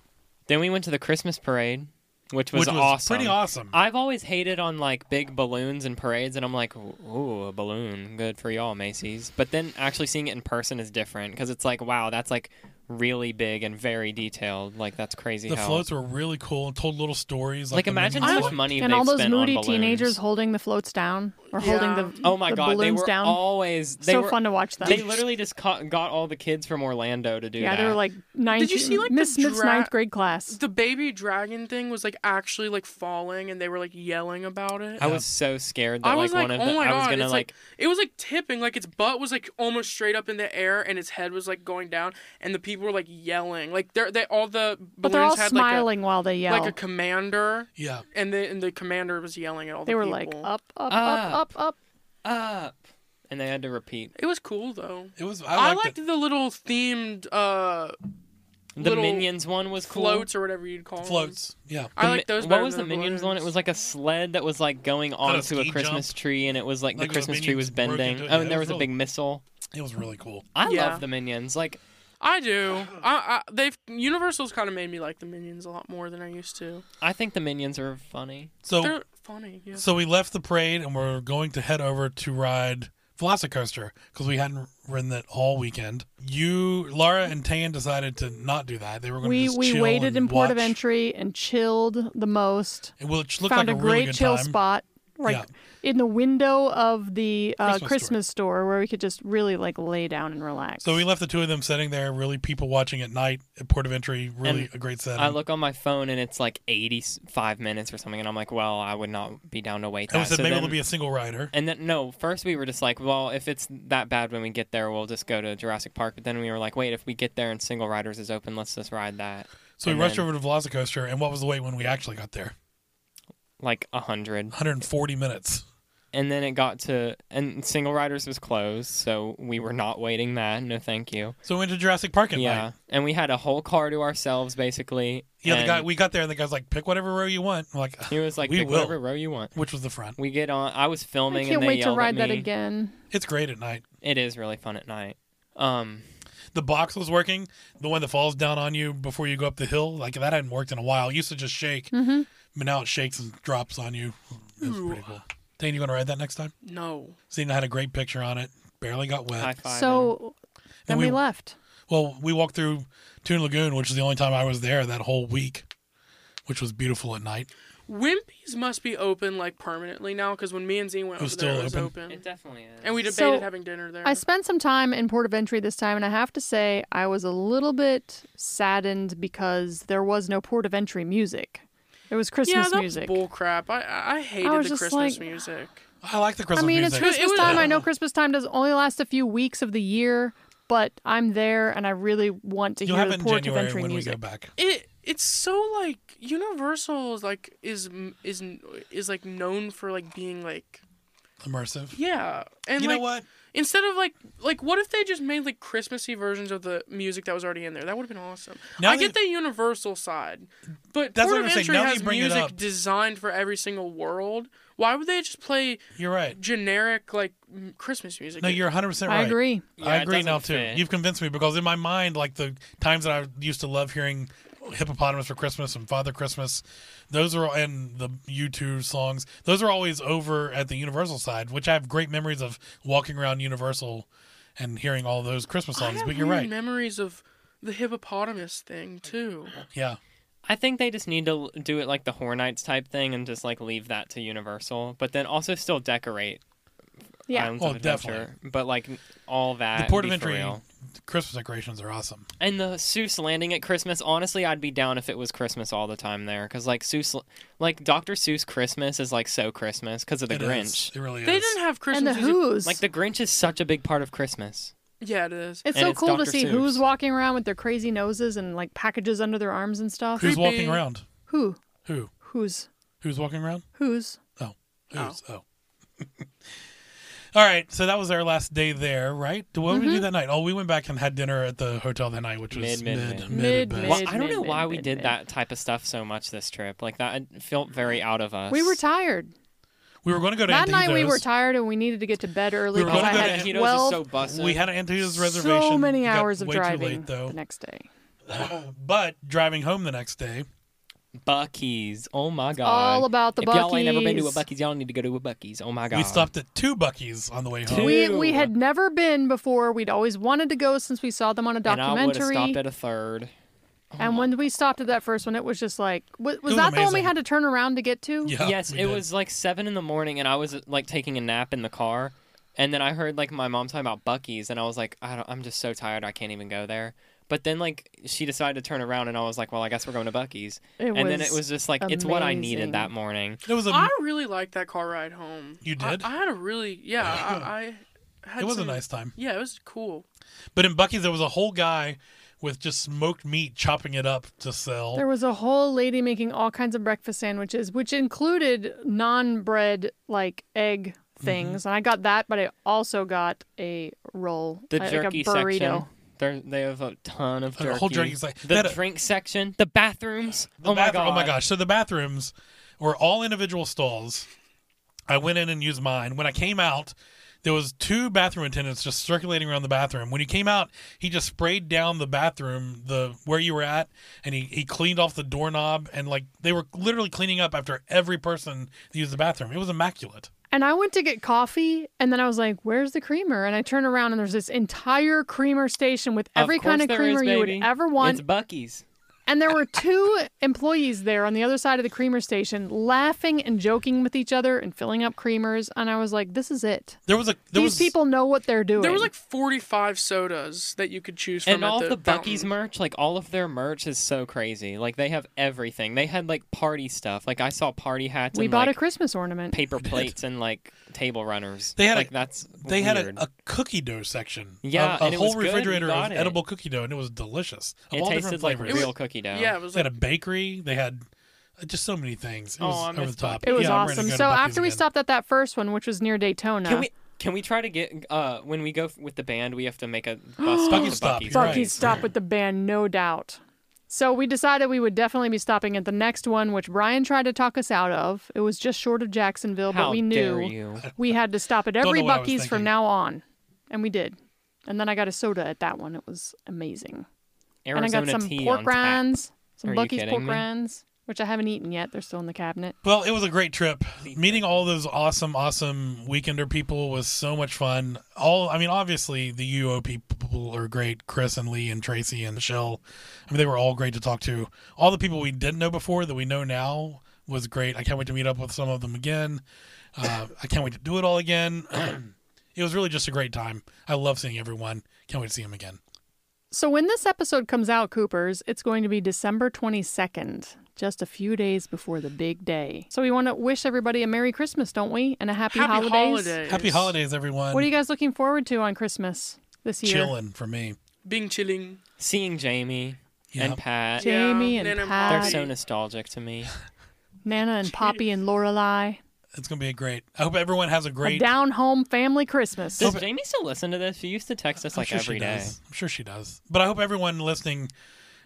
S2: Then we went to the Christmas parade, which was,
S1: which was
S2: awesome.
S1: pretty awesome.
S2: I've always hated on like big balloons and parades, and I'm like, ooh, a balloon, good for y'all, Macy's. But then actually seeing it in person is different because it's like, wow, that's like really big and very detailed. Like that's crazy.
S1: the
S2: how...
S1: floats were really cool and told little stories.
S2: Like
S1: the
S2: imagine
S1: mini
S2: how
S1: float.
S2: much money
S3: and
S2: they've
S3: all those
S2: spent on
S3: moody
S2: balloons.
S3: teenagers holding the floats down or holding the
S2: Oh my
S3: the
S2: god,
S3: balloons
S2: they were
S3: down.
S2: always they
S3: so
S2: were,
S3: fun to watch them.
S2: They literally just caught, got all the kids from Orlando to do
S3: yeah,
S2: that.
S3: they were like ninth.
S4: you see, like, the
S3: Miss Smith's
S4: dra-
S3: ninth grade class?
S4: The baby dragon thing was like actually like falling, and they were like yelling about it.
S2: I was so scared that
S4: I was
S2: like
S4: like,
S2: one of
S4: oh
S2: the
S4: my
S2: I was
S4: god!
S2: gonna
S4: it's like, it was like tipping, like its butt was like almost straight up in the air, and its head was like going down, and the people were like yelling, like they're they all the balloons
S3: But they're all
S4: had
S3: smiling while they yell.
S4: like a, like a commander,
S1: Yeah,
S4: and the and the commander was yelling at all.
S3: they
S4: the
S3: were
S4: people.
S3: like "Oh." up,
S2: Up.
S3: up, up, up, up.
S2: up, and they had to repeat
S4: It was cool though.
S1: it was. I
S4: I,
S1: liked,
S4: liked
S1: it.
S4: the little themed uh
S2: the
S4: Little
S2: Minions one was cool.
S4: floats or whatever you'd call them.
S1: floats. Yeah,
S4: I
S2: The
S4: like
S2: mi-
S4: those.
S2: What
S4: better
S2: was the
S4: than
S2: Minions one? It
S4: balloons.
S2: was like a sled that was like going onto a
S1: ski
S2: Christmas tree, and it was like,
S1: Like,
S2: the
S1: the
S2: Christmas tree
S1: Minions
S2: was
S1: broke into
S2: bending.
S1: it. Yeah,
S2: Oh, and
S1: it
S2: there
S1: was
S2: was a
S1: really-
S2: big missile.
S1: it was really cool.
S2: I
S4: Yeah.
S2: love the Minions. Like
S4: I do. I, I they've Universal's kind of made me like the Minions a lot more than I used to.
S2: I think the Minions are funny.
S1: So
S4: They're funny. Yeah.
S1: So we left the parade and we're going to head over to ride Velocicoaster because we hadn't ridden it all weekend. You, Laura, and Tan decided to not do that. They were going to
S3: We
S1: just
S3: we
S1: chill
S3: waited
S1: and
S3: in port of
S1: watch,
S3: entry and chilled the most.
S1: Which looked
S3: found
S1: like a,
S3: a,
S1: really
S3: great
S1: good
S3: chill
S1: time.
S3: spot right in the window of the uh,
S1: Christmas
S3: Christmas, store where we could just really like lay down and relax.
S1: So we left the two of them sitting there, really people watching at night at port of entry. Really
S2: And
S1: a great setting.
S2: I look on my phone and it's like 85 minutes or something, and I'm like, well, I would not be down to wait that.
S1: and we said
S2: So
S1: maybe
S2: then-
S1: it'll be a single rider.
S2: And then no, first we were just like, well, if it's that bad when we get there, we'll just go to Jurassic Park. But then we were like, wait, if we get there and Single Riders is open, let's just ride that.
S1: So we
S2: and
S1: rushed
S2: then-
S1: over to Velocicoaster, and what was the wait when we actually got there?
S2: Like a hundred.
S1: 140 minutes.
S2: and then it got to and Single Riders was closed, so we were not waiting that. No, thank you.
S1: So we went to Jurassic Park at
S2: yeah,
S1: night.
S2: and we had a whole car to ourselves basically.
S1: Yeah, the
S2: and
S1: guy we got there and the guy's like, pick whatever row you want. I'm like, [LAUGHS]
S2: He was like,
S1: "We
S2: "Pick
S1: will."
S2: whatever row you want."
S1: which was the front.
S2: We get on. I was
S3: I
S2: filming,
S3: can't
S2: and they
S3: wait to
S2: yelled
S3: ride
S2: at
S3: that
S2: me.
S3: again.
S1: It's great at night.
S2: It is really fun at night. Um,
S1: The box was working, the one that falls down on you before you go up the hill. Like that hadn't worked in a while. It used to just shake,
S3: Mm-hmm.
S1: but now it shakes and drops on you. It's
S4: Ooh.
S1: pretty cool. Dane, you gonna ride that next time?
S4: No.
S1: Zena had a great picture on it. Barely got wet.
S2: high five.
S3: So then
S1: we-
S3: we left.
S1: Well, we walked through Toon Lagoon, which is the only time I was there that whole week, which was beautiful at night.
S4: Wimpy's must be open like permanently now because when me and Z went
S1: It was
S4: over there, it was
S1: Oh, still
S4: open.
S2: it definitely is.
S4: and we debated
S3: So,
S4: having dinner there.
S3: I spent some time in Port of Entry this time, and I have to say I was a little bit saddened because there was no Port of Entry music. It was
S4: yeah,
S3: Christmas
S4: that's
S3: music.
S4: bull crap. I I I hated
S3: was
S4: the
S3: just
S4: Christmas
S3: like-
S4: music.
S1: I like the
S3: I
S1: Christmas
S3: mean,
S1: music.
S3: it's Christmas
S4: It was-
S3: time. I know Christmas time does only last a few weeks of the year, but I'm there, and I really want to
S1: You'll
S3: hear
S1: have
S3: the
S1: it in
S3: Port of
S1: January
S3: Entry
S1: when we
S3: music.
S1: go back.
S4: It it's so like Universal is like is is is like known for like being like
S1: Immersive.
S4: yeah and
S1: you
S4: like
S1: know what?
S4: instead of like like what if they just made like Christmassy versions of the music that was already in there that would have been awesome.
S1: Now
S4: I get
S1: that-
S4: the Universal side, but
S1: That's what
S4: Port
S1: I'm
S4: of
S1: saying.
S4: Entry
S1: Now that
S4: has
S1: you bring it
S4: music
S1: up-
S4: designed for every single world. Why would they just play
S1: You're right.
S4: generic like m- Christmas music.
S1: No, you're 100 percent right.
S3: I agree.
S2: Yeah,
S1: I
S2: it
S1: agree now
S2: doesn't
S1: too.
S2: fit.
S1: You've convinced me because in my mind, like the times that I used to love hearing "Hippopotamus for Christmas" and "Father Christmas," those are and the U2 songs. Those are always over at the Universal side, which I have great memories of walking around Universal and hearing all those Christmas
S4: I
S1: songs.
S4: have
S1: But you're
S4: weird
S1: right.
S4: Memories of the hippopotamus thing too.
S2: Uh,
S1: Yeah,
S2: I think they just need to l- do it like the Horror Nights type thing and just like leave that to Universal, but then also still decorate
S3: Yeah.
S2: Islands
S1: Oh,
S2: of Adventure, but like n- all that.
S1: the port
S2: be
S1: of
S2: for
S1: entry
S2: real.
S1: Christmas decorations are awesome.
S2: and the Seuss Landing at Christmas. Honestly, I'd be down if it was Christmas all the time there, because like Seuss, like Dr. Seuss Christmas is like so Christmas because of the
S1: It is.
S2: Grinch.
S1: It really
S4: They
S1: is.
S4: didn't have
S3: And
S4: Christmas.
S3: the
S4: music-
S3: Who's.
S2: Like the Grinch is such a big part of Christmas.
S4: Yeah, it is.
S3: it's
S2: and
S3: so
S2: it's
S3: cool
S2: Dr.
S3: to see
S2: Seuss.
S3: who's walking around with their crazy noses and like packages under their arms and stuff.
S1: Who's walking
S4: creepy.
S1: around?
S3: Who?
S1: Who?
S3: Who's?
S1: Who's walking around?
S3: Who's?
S1: Oh, who's? Oh. [LAUGHS] All right, so that was our last day there, right? What did we do
S3: Mm-hmm.
S1: that night? Oh, we went back and had dinner at the hotel that night, which was
S2: Mid,
S1: mid,
S2: mid,
S1: mid,
S2: mid.
S1: at
S3: Mid,
S1: best.
S2: Well,
S3: Mid,
S2: I don't
S3: mid,
S2: know
S3: mid,
S2: why we
S3: mid,
S2: did
S3: mid.
S2: that type of stuff so much this trip. Like that it felt very out of us.
S3: We were tired.
S1: We were going to go to
S3: That night we
S1: Antojitos.
S3: were tired and we needed to get to bed early
S1: We were
S3: because
S1: gonna
S3: I
S1: go to
S3: had
S1: Antojitos,
S2: Mosquitoes is
S3: 12
S2: so busted.
S1: We had an Antojitos reservation.
S3: so many
S1: It got
S3: hours of
S1: way
S3: driving
S1: Too late,
S3: the
S1: though.
S3: next day.
S1: But driving home the next day,
S2: Bucky's. Oh my god.
S3: all about the
S2: if y'all ain't never been to a
S3: Buc-ee's.
S2: Bucky's, y'all need to go to a Bucky's. Oh my god.
S1: we stopped at two Bucky's on the way home. [LAUGHS]
S3: We we
S2: Ew.
S3: had never been before. We'd always wanted to go since we saw them on a
S2: and I would have
S3: documentary.
S2: stopped at a third.
S3: And when we stopped at that first one, it was just like, was, was
S1: was
S3: that the one we
S1: amazing.
S3: had to turn around to get to?
S1: [LAUGHS] Yeah,
S2: yes,
S1: we
S2: it
S1: did.
S2: was like seven in the morning, and I was like taking a nap in the car, and then I heard like my mom talking about Bucky's, and I was like, I don't, I'm just so tired, I can't even go there. But then like she decided to turn around, and I was like, well, I guess we're going to Bucky's.
S3: It
S2: and then it was just like it's what I needed
S3: amazing.
S2: that morning.
S1: It was a.
S4: I really liked that car ride home.
S1: You
S4: I-
S1: did?
S4: I, had a really yeah.
S1: [LAUGHS]
S4: I, I had.
S1: it was a
S4: some-
S1: nice time.
S4: Yeah, it was cool.
S1: But in Bucky's, there was a whole guy with just smoked meat chopping it up to sell.
S3: There was a whole lady making all kinds of breakfast sandwiches, which included non-bread like egg
S2: Mm-hmm.
S3: things, and I got that, but I also got a roll,
S2: The
S3: like
S2: jerky
S3: a burrito.
S2: section. They're, they have a ton of jerky.
S1: A whole jerky sec- they
S2: The
S1: had a-
S2: drink section. The bathrooms.
S1: The
S2: oh,
S1: bathroom-
S2: my god.
S1: Oh my gosh! So the bathrooms were all individual stalls. I went in and used mine. When I came out, there was two bathroom attendants just circulating around the bathroom. When you came out, he just sprayed down the bathroom, the where you were at, and he, he cleaned off the doorknob and like they were literally cleaning up after every person that used the bathroom. It was immaculate.
S3: And I went to get coffee, and then I was like, "Where's the creamer?" And I turn around, and there's this entire creamer station with
S2: Of
S3: every
S2: course
S3: kind of
S2: there
S3: creamer
S2: is,
S3: you would
S2: baby.
S3: ever want.
S2: It's Bucky's.
S3: And there were two employees there on the other side of the creamer station laughing and joking with each other and filling up creamers. And I was like, this is it.
S1: There was a there
S3: These
S1: was
S3: people know what they're doing.
S4: There was like forty-five sodas that you could choose from.
S2: and
S4: at
S2: all
S4: the,
S2: of the Bucky's
S4: fountain.
S2: merch, like all of their merch is so crazy. Like they have everything. They had like party stuff. Like I saw party hats
S3: we
S2: and
S3: bought
S2: like,
S3: a Christmas
S1: [LAUGHS]
S3: ornament.
S2: paper plates and like table runners.
S1: They had a-
S2: like that's
S1: they had
S2: weird.
S1: a, a cookie dough section. A-
S2: Yeah,
S1: a,
S2: and it was
S1: whole
S2: good. We
S1: refrigerator of
S2: got it.
S1: edible cookie dough, and it was delicious. Of
S2: it
S1: all
S2: tasted
S1: different
S2: like
S1: flavors.
S2: real cookie dough.
S4: Yeah, it was
S1: They had
S4: like
S1: a bakery. They had just so many things. It
S2: Oh,
S1: was
S2: I
S1: over the
S2: missed
S1: top.
S2: Buc-
S3: It was
S1: Yeah, I'm ready to
S3: awesome.
S1: go to
S3: So
S1: Buc-ee's
S3: after we
S1: again.
S3: stopped at that first one, which was near Daytona,
S2: Can we can we try to get uh when we go f- with the band we have to make a
S1: [GASPS] Bucky
S2: bus stop to
S1: stop,
S2: Bucky's.
S1: you're
S3: Bucky
S1: right.
S3: stopped with the band, no doubt. So we decided we would definitely be stopping at the next one, which Brian tried to talk us out of. It was just short of Jacksonville,
S2: How
S3: but we
S2: dare
S3: knew
S2: you?
S3: we had to stop at
S1: know
S3: every
S1: what I was
S3: Bucky's from
S1: thinking.
S3: now on, and we did. And then I got a soda at that one. It was amazing.
S2: Arizona
S3: and I got some
S2: tea
S3: pork
S2: on tap.
S3: rinds, some
S2: Are you
S3: Bucky's
S2: kidding
S3: pork
S2: me?
S3: rinds, which I haven't eaten yet. They're still in the cabinet.
S1: Well, it was a great trip. Meeting all those awesome, awesome weekender people was so much fun. All, I mean, obviously the UO people are great. Chris and Lee and Tracy and Michelle. I mean, they were all great to talk to. All the people we didn't know before that we know now was great. I can't wait to meet up with some of them again. Uh, I can't wait to do it all again. [CLEARS THROAT] it was really just a great time. I love seeing everyone. Can't wait to see them again.
S3: So when this episode comes out, Coopers, it's going to be December 22nd, just a few days before the big day. So we want to wish everybody a Merry Christmas, don't we? And a Happy,
S4: Happy
S3: holidays.
S4: holidays.
S1: Happy holidays, everyone.
S3: What are you guys looking forward to on Christmas this year?
S1: Chilling for me.
S4: Being chilling.
S2: Seeing Jamie and
S1: Yeah.
S2: Pat.
S3: Jamie
S4: Yeah,
S3: and
S4: Nana and
S3: Pat,
S2: They're
S4: Poppy.
S2: so nostalgic to me.
S3: Nana and Poppy and Lorelai.
S1: It's gonna be a great. I hope everyone has a
S3: A
S1: great.
S3: down home family Christmas.
S2: Does Jamie still listen to this? She used to text us
S1: I'm
S2: like
S1: sure
S2: every
S1: she
S2: day.
S1: Does. I'm sure she does. But I hope everyone listening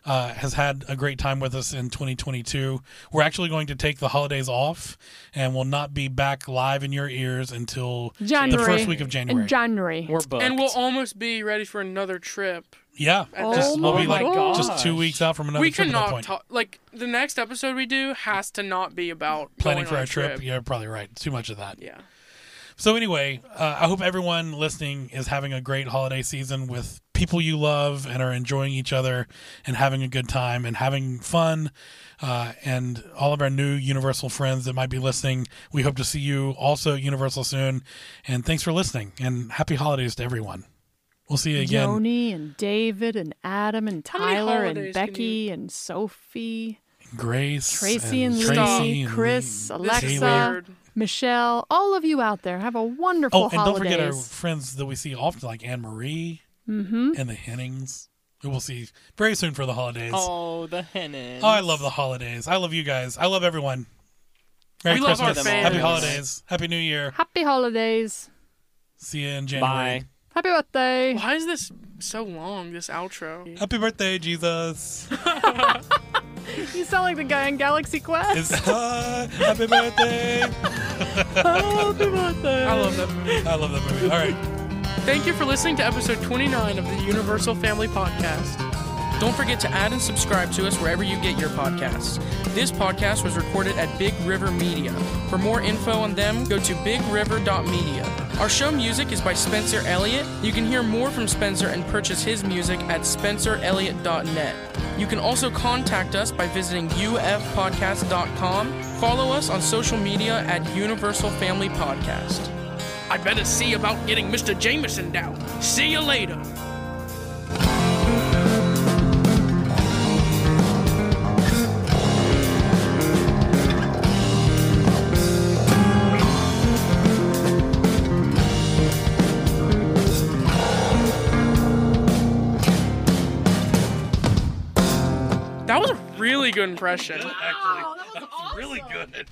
S1: uh, has had a great time with us in 2022. We're actually going to take the holidays off, and we'll not be back live in your ears until the
S3: January.
S1: first week of January.
S3: In January.
S2: We're booked.
S4: And we'll almost be ready for another trip.
S1: yeah,
S4: Oh
S1: just, we'll
S2: my
S1: be like
S2: gosh.
S1: just two weeks out from another
S4: we
S1: trip. At that
S4: cannot
S1: point.
S4: talk. Like, the next episode we do has to not be about
S1: Planning
S4: going
S1: for
S4: on
S1: our
S4: a trip.
S1: trip. You're probably right. Too much of that.
S4: Yeah.
S1: So anyway, uh, I hope everyone listening is having a great holiday season with people you love and are enjoying each other and having a good time and having fun. Uh, and all of our new Universal friends that might be listening, we hope to see you also at Universal soon. And thanks for listening and happy holidays to everyone. We'll see you again.
S3: Joni and David and Adam and
S4: How many
S3: Tyler and
S4: holidays can
S3: Becky and Sophie,
S1: Grace,
S3: Tracy and,
S1: Tracy
S3: Lee,
S1: and
S3: Chris,
S1: Lee.
S4: This is
S3: Alexa,
S4: weird.
S3: Michelle, all of you out there, have a wonderful
S1: Oh, and don't
S3: holidays. Mm-hmm.
S1: forget our friends that we see often, like Anne Marie and the Hennings, who we'll see very soon for the holidays.
S2: Oh, the Hennin.
S1: Oh, I love the holidays. I love you guys. I love everyone. Merry
S4: We love our
S1: Christmas.
S2: fans.
S1: Happy holidays. Happy New Year.
S3: Happy holidays.
S1: See you in January.
S2: Bye.
S3: Happy birthday.
S4: Why is this so long, this outro?
S1: Happy birthday, Jesus.
S3: You sound like the guy in Galaxy Quest.
S1: It's [LAUGHS] uh, happy birthday.
S3: Happy birthday.
S4: I love that movie.
S1: I love that movie. All right.
S4: Thank you for listening to episode 29 of the Universal Family Podcast. Don't forget to add and subscribe to us wherever you get your podcasts. This podcast was recorded at Big River Media. For more info on them, go to bigriver.media. Our show music is by Spencer Elliott. You can hear more from Spencer and purchase his music at spencerelliott.net. You can also contact us by visiting ufpodcast.com. Follow us on social media at Universal Family Podcast. I better see about getting Mr. Jameson down. See you later. That was a really good impression.
S1: Really good.